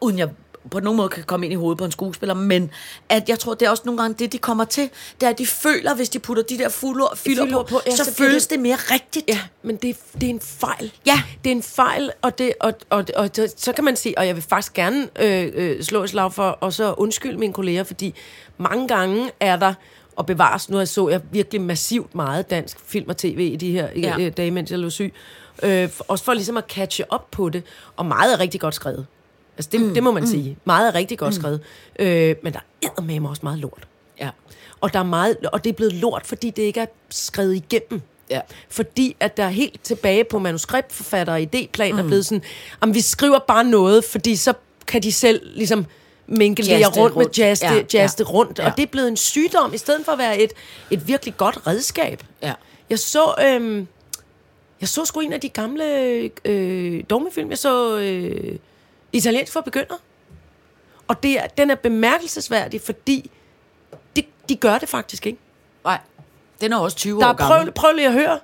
[SPEAKER 4] uden jeg på nogen måde kan komme ind i hovedet på en skuespiller, men at jeg tror, det er også nogle gange det, de kommer til, det er, at de føler, hvis de putter de der fuldord, fylder
[SPEAKER 3] Fyldord
[SPEAKER 4] på,
[SPEAKER 3] på,
[SPEAKER 4] på
[SPEAKER 3] ja,
[SPEAKER 4] ja, så,
[SPEAKER 3] så
[SPEAKER 4] så
[SPEAKER 3] bliver
[SPEAKER 4] føles
[SPEAKER 3] det-
[SPEAKER 4] det, det mere rigtigt.
[SPEAKER 3] Ja, men det, det er en fejl.
[SPEAKER 4] Ja.
[SPEAKER 3] Det er en fejl, og, det, og, og, og, og så kan man sige, og jeg vil faktisk gerne øh, øh, slå et slag for, og så undskylde mine kolleger, fordi mange gange er der, og bevares, nu jeg så jeg virkelig massivt meget dansk film og tv i de her ja.
[SPEAKER 4] Ja.
[SPEAKER 3] øh, dage, mens jeg lå syg. Øh, for- også for ligesom at catche op på det, og meget er rigtig godt skrevet. Altså det, mm, det må man mm. sige. Meget er rigtig godt mm. skrevet. Øh, men der er med også meget lort.
[SPEAKER 4] Ja.
[SPEAKER 3] Og, der er meget, og det er blevet lort, fordi det ikke er skrevet igennem.
[SPEAKER 4] Ja.
[SPEAKER 3] Fordi at der er helt tilbage på manuskriptforfattere og idéplan, mm. er blevet sådan, jamen vi skriver bare noget, fordi så kan de selv ligesom minkelere
[SPEAKER 4] Jazze det
[SPEAKER 3] rundt, rundt med
[SPEAKER 4] rundt.
[SPEAKER 3] jazz,
[SPEAKER 4] Ja,
[SPEAKER 3] ja, jazz ja,
[SPEAKER 4] ja,
[SPEAKER 3] rundt. Ja.
[SPEAKER 4] ja.
[SPEAKER 3] Og det er blevet en sygdom, i stedet for at være et, et virkelig godt redskab.
[SPEAKER 4] Ja.
[SPEAKER 3] Jeg så, øhm, jeg så sgu en af de gamle øh, dogmefilm. Jeg så øh, Italiensk for begynder. Og det er, den er bemærkelsesværdig, fordi de, de gør det faktisk ikke.
[SPEAKER 4] Nej. Den er også 20
[SPEAKER 3] Der
[SPEAKER 4] år
[SPEAKER 3] er prøv,
[SPEAKER 4] gammel.
[SPEAKER 3] prøv lige at høre,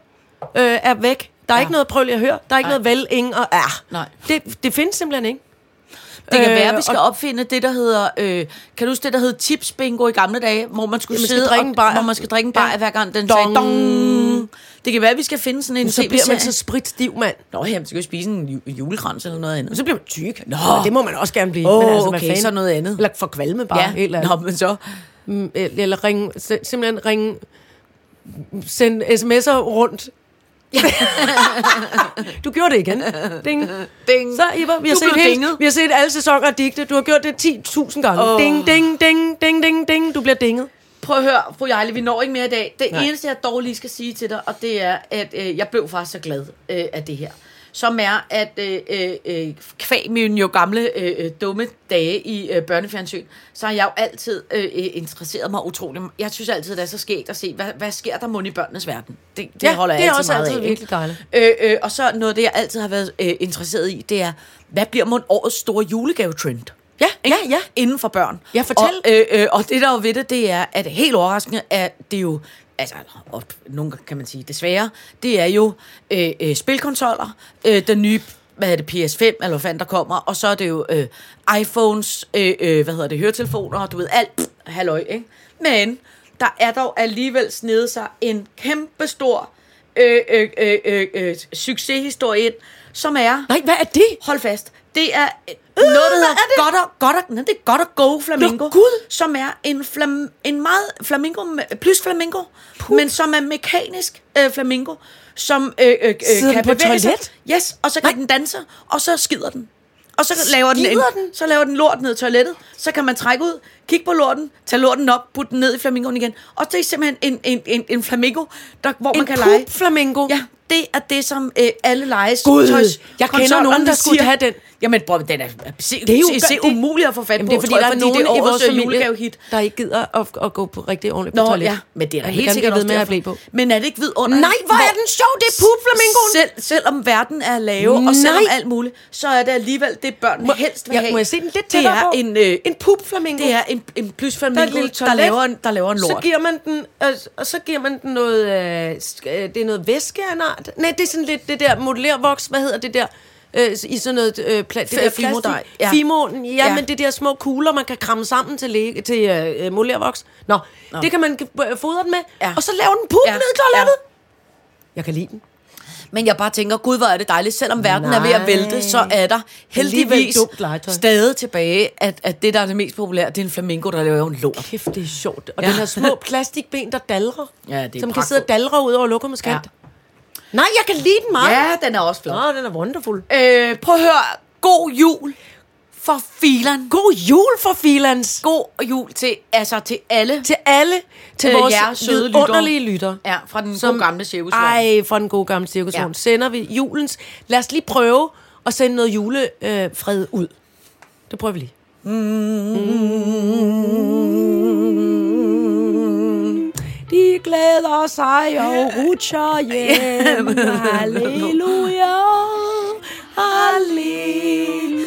[SPEAKER 3] øh, er væk. Der er
[SPEAKER 4] Ja.
[SPEAKER 3] ja. ikke noget prøv lige at høre. Der er ikke
[SPEAKER 4] Nej.
[SPEAKER 3] Nej. noget vel, ingen og er.
[SPEAKER 4] Nej.
[SPEAKER 3] Det, det findes simpelthen ikke.
[SPEAKER 4] Det kan
[SPEAKER 3] Øh,
[SPEAKER 4] være, at vi
[SPEAKER 3] og-
[SPEAKER 4] skal opfinde det, der hedder... Øh, kan du huske det, der hed tips bingo i gamle dage? Hvor man skulle
[SPEAKER 3] Ja, man skal
[SPEAKER 4] sidde
[SPEAKER 3] drikke en
[SPEAKER 4] og,
[SPEAKER 3] bajer.
[SPEAKER 4] hvor man skal drikke en bajer,
[SPEAKER 3] Ja.
[SPEAKER 4] hver gang den dong.
[SPEAKER 3] Dong.
[SPEAKER 4] sagde dong. Det kan være, at vi skal finde sådan en
[SPEAKER 3] Så bliver man så
[SPEAKER 4] tv-serie.
[SPEAKER 3] spritstiv, mand.
[SPEAKER 4] Nå, jamen, så kan vi spise en ju- julekrans eller noget andet.
[SPEAKER 3] Så bliver man tyk.
[SPEAKER 4] Nå.
[SPEAKER 3] Men Det må man også gerne blive.
[SPEAKER 4] Åh,
[SPEAKER 3] men altså, hvad
[SPEAKER 4] okay,
[SPEAKER 3] fanden?
[SPEAKER 4] så noget andet.
[SPEAKER 3] Eller for kvalme bare.
[SPEAKER 4] ja,
[SPEAKER 3] et Eller
[SPEAKER 4] Nå, men så...
[SPEAKER 3] Mm, eller eller ringe, sim- simpelthen ringe, send sms'er rundt. du gjorde det igen. Ding.
[SPEAKER 4] Ding.
[SPEAKER 3] Så, Iber, vi har,
[SPEAKER 4] Du
[SPEAKER 3] set
[SPEAKER 4] blev
[SPEAKER 3] hele,
[SPEAKER 4] dinget.
[SPEAKER 3] vi har set alle sæsoner af digte. Du har gjort det 10.000 gange.
[SPEAKER 4] Åh.
[SPEAKER 3] Oh. Ding, ding, ding, ding, ding, ding. Du bliver dinget.
[SPEAKER 4] Prøv at høre, fru Jejle, vi når ikke mere i dag. Det Nej.
[SPEAKER 3] Nej.
[SPEAKER 4] eneste, jeg dog lige skal sige til dig, og det er, at øh, jeg blev faktisk så glad øh, af det her. Som er, at øh, øh, øh, kvæg mine jo gamle øh, øh, dumme dage i øh, børnefjernsyn, så har jeg jo altid øh, øh, interesseret mig utroligt. Jeg synes altid, det er så skægt at se, hvad, hvad sker der mon i børnenes verden? Det, det
[SPEAKER 3] Ja,
[SPEAKER 4] holder jeg
[SPEAKER 3] det er
[SPEAKER 4] altid
[SPEAKER 3] også
[SPEAKER 4] meget
[SPEAKER 3] altid
[SPEAKER 4] af, ikke?
[SPEAKER 3] virkelig dejligt.
[SPEAKER 4] Øh, øh, og så noget af det, jeg altid har været øh, interesseret i, det er, hvad bliver mon årets store julegavetrend?
[SPEAKER 3] Ja,
[SPEAKER 4] ikke?
[SPEAKER 3] ja, ja.
[SPEAKER 4] Inden for børn.
[SPEAKER 3] Ja, fortæl.
[SPEAKER 4] Og, øh, øh, og det der er jo ved det, det er, at helt overraskende, at det er jo, altså, og nogle gange kan man sige desværre, det er jo øh, øh, spilkonsoller, øh, den nye hvad er det, PS5, eller hvad fanden der kommer, og så er det jo øh, iPhones, øh, øh, hvad hedder det, høretelefoner, og du ved, alt, pff, halløj, ikke? Men der er dog alligevel snedet sig en kæmpe stor øh, øh, øh, øh, øh, succeshistorie ind, som er
[SPEAKER 3] Nej, hvad er det?
[SPEAKER 4] hold fast. Det er øh, noget, der hedder
[SPEAKER 3] hvad er det?
[SPEAKER 4] godt og, godt og, nej, det er godt og go flamingo.
[SPEAKER 3] Nå, Gud.
[SPEAKER 4] Som er en, flam, en meget flamingo, med- plus flamingo, Puh. men som er mekanisk øh, flamingo, som øh, øh, øh,
[SPEAKER 3] Sidder
[SPEAKER 4] kan
[SPEAKER 3] den på
[SPEAKER 4] bevæge sig.
[SPEAKER 3] toilet?
[SPEAKER 4] Yes, og så kan den danse, og så skider den. Og så laver den, en,
[SPEAKER 3] Skider den?
[SPEAKER 4] så laver den lort ned i toilettet. Så kan man trække ud, kigge på lorten, tage lorten op, putte den ned i flamingoen igen. Og det er simpelthen en, en, en, en flamingo, der, hvor man
[SPEAKER 3] En
[SPEAKER 4] kan lege.
[SPEAKER 3] poop-flamingo?
[SPEAKER 4] Ja, det er det, som øh, alle leges
[SPEAKER 3] Gud,
[SPEAKER 4] tøjs-
[SPEAKER 3] jeg kender
[SPEAKER 4] konsollerne
[SPEAKER 3] nogen, der skulle
[SPEAKER 4] siger.
[SPEAKER 3] have den.
[SPEAKER 4] Jamen, bror, den er, se, det
[SPEAKER 3] er
[SPEAKER 4] er
[SPEAKER 3] jo
[SPEAKER 4] jo, se,
[SPEAKER 3] gør-
[SPEAKER 4] se
[SPEAKER 3] det-
[SPEAKER 4] umuligt at få fat
[SPEAKER 3] Jamen,
[SPEAKER 4] på,
[SPEAKER 3] det er fordi,
[SPEAKER 4] tror
[SPEAKER 3] der
[SPEAKER 4] jeg,
[SPEAKER 3] er nogen
[SPEAKER 4] det
[SPEAKER 3] i vores
[SPEAKER 4] årets
[SPEAKER 3] familie,
[SPEAKER 4] julegavehit.
[SPEAKER 3] der ikke gider at, at gå på rigtig ordentligt på
[SPEAKER 4] Nå,
[SPEAKER 3] toilet.
[SPEAKER 4] ja, men det er da
[SPEAKER 3] Jeg
[SPEAKER 4] helt
[SPEAKER 3] kan
[SPEAKER 4] sikkert
[SPEAKER 3] ved
[SPEAKER 4] også
[SPEAKER 3] med, at jeg
[SPEAKER 4] derfor.
[SPEAKER 3] blev på.
[SPEAKER 4] Men er det ikke vidunderligt?
[SPEAKER 3] Nej, hvor er den sjov, det er pubflamingoen.
[SPEAKER 4] Selv, selvom verden er lave, og selvom
[SPEAKER 3] Nej.
[SPEAKER 4] alt muligt, så er det alligevel det, børnene
[SPEAKER 3] Må-
[SPEAKER 4] helst vil
[SPEAKER 3] ja,
[SPEAKER 4] have.
[SPEAKER 3] må jeg se den lidt
[SPEAKER 4] det
[SPEAKER 3] tættere
[SPEAKER 4] er
[SPEAKER 3] på?
[SPEAKER 4] en, øh,
[SPEAKER 3] En pubflamingo.
[SPEAKER 4] Det er en, en
[SPEAKER 3] Der er et
[SPEAKER 4] plusflamingo,
[SPEAKER 3] lille
[SPEAKER 4] der, der,
[SPEAKER 3] toilet.
[SPEAKER 4] laver en, der laver en lort.
[SPEAKER 3] Så giver man den, øh, og så giver man den noget, øh, sk- øh, det er noget væske af en art. Nej, det er sådan lidt det der modellervoks, hvad hedder det der? Øh, i sådan noget øh, pla- det
[SPEAKER 4] F-
[SPEAKER 3] der
[SPEAKER 4] fimodej,
[SPEAKER 3] plastik.
[SPEAKER 4] ja.
[SPEAKER 3] Ja. Fimoen, ja,
[SPEAKER 4] Ja.
[SPEAKER 3] ja, men det der små kugler, man kan kramme sammen til, læge, til øh, øh, modellervoks. Nå, Nå, det kan man øh, fodre den med,
[SPEAKER 4] Ja.
[SPEAKER 3] ja. og så laver den pup
[SPEAKER 4] Ja,
[SPEAKER 3] ja. ned i toilettet. Ja. Jeg kan lide den.
[SPEAKER 4] Men jeg bare tænker, gud, hvor er det dejligt. Selvom verden er ved at
[SPEAKER 3] Nej.
[SPEAKER 4] vælte, så er der
[SPEAKER 3] Alligevel
[SPEAKER 4] heldigvis
[SPEAKER 3] dumt legetøj.
[SPEAKER 4] stadig tilbage, at, at det, der er det mest populære, det er en flamingo, der laver en lort.
[SPEAKER 3] Kæft, det er sjovt. Og
[SPEAKER 4] Ja.
[SPEAKER 3] ja. den her små plastikben, der dalrer.
[SPEAKER 4] Ja, det er
[SPEAKER 3] som kan
[SPEAKER 4] pragtfuldt.
[SPEAKER 3] sidde og dalre ud over lokumskant.
[SPEAKER 4] Ja.
[SPEAKER 3] Ja. Nej, jeg kan lide den meget.
[SPEAKER 4] Ja, den er også flot.
[SPEAKER 3] Nå, den er wonderful.
[SPEAKER 4] Ah. Øh, prøv at høre. God jul for filan.
[SPEAKER 3] God jul for Filans.
[SPEAKER 4] God jul til, altså, til alle.
[SPEAKER 3] Til alle, til
[SPEAKER 4] Øh,
[SPEAKER 3] vores
[SPEAKER 4] jer søde lyttere.
[SPEAKER 3] underlige lytter.
[SPEAKER 4] Ja, fra den Som, gode gamle cirkusvogn.
[SPEAKER 3] Ej, fra den gode gamle cirkusvogn.
[SPEAKER 4] Ja.
[SPEAKER 3] Ja. Sender vi julens... Lad os lige prøve at sende noget julefred øh, fred ud. Det prøver vi lige. Mm. De glæder sig og rutscher hjem. Halleluja. Halleluja.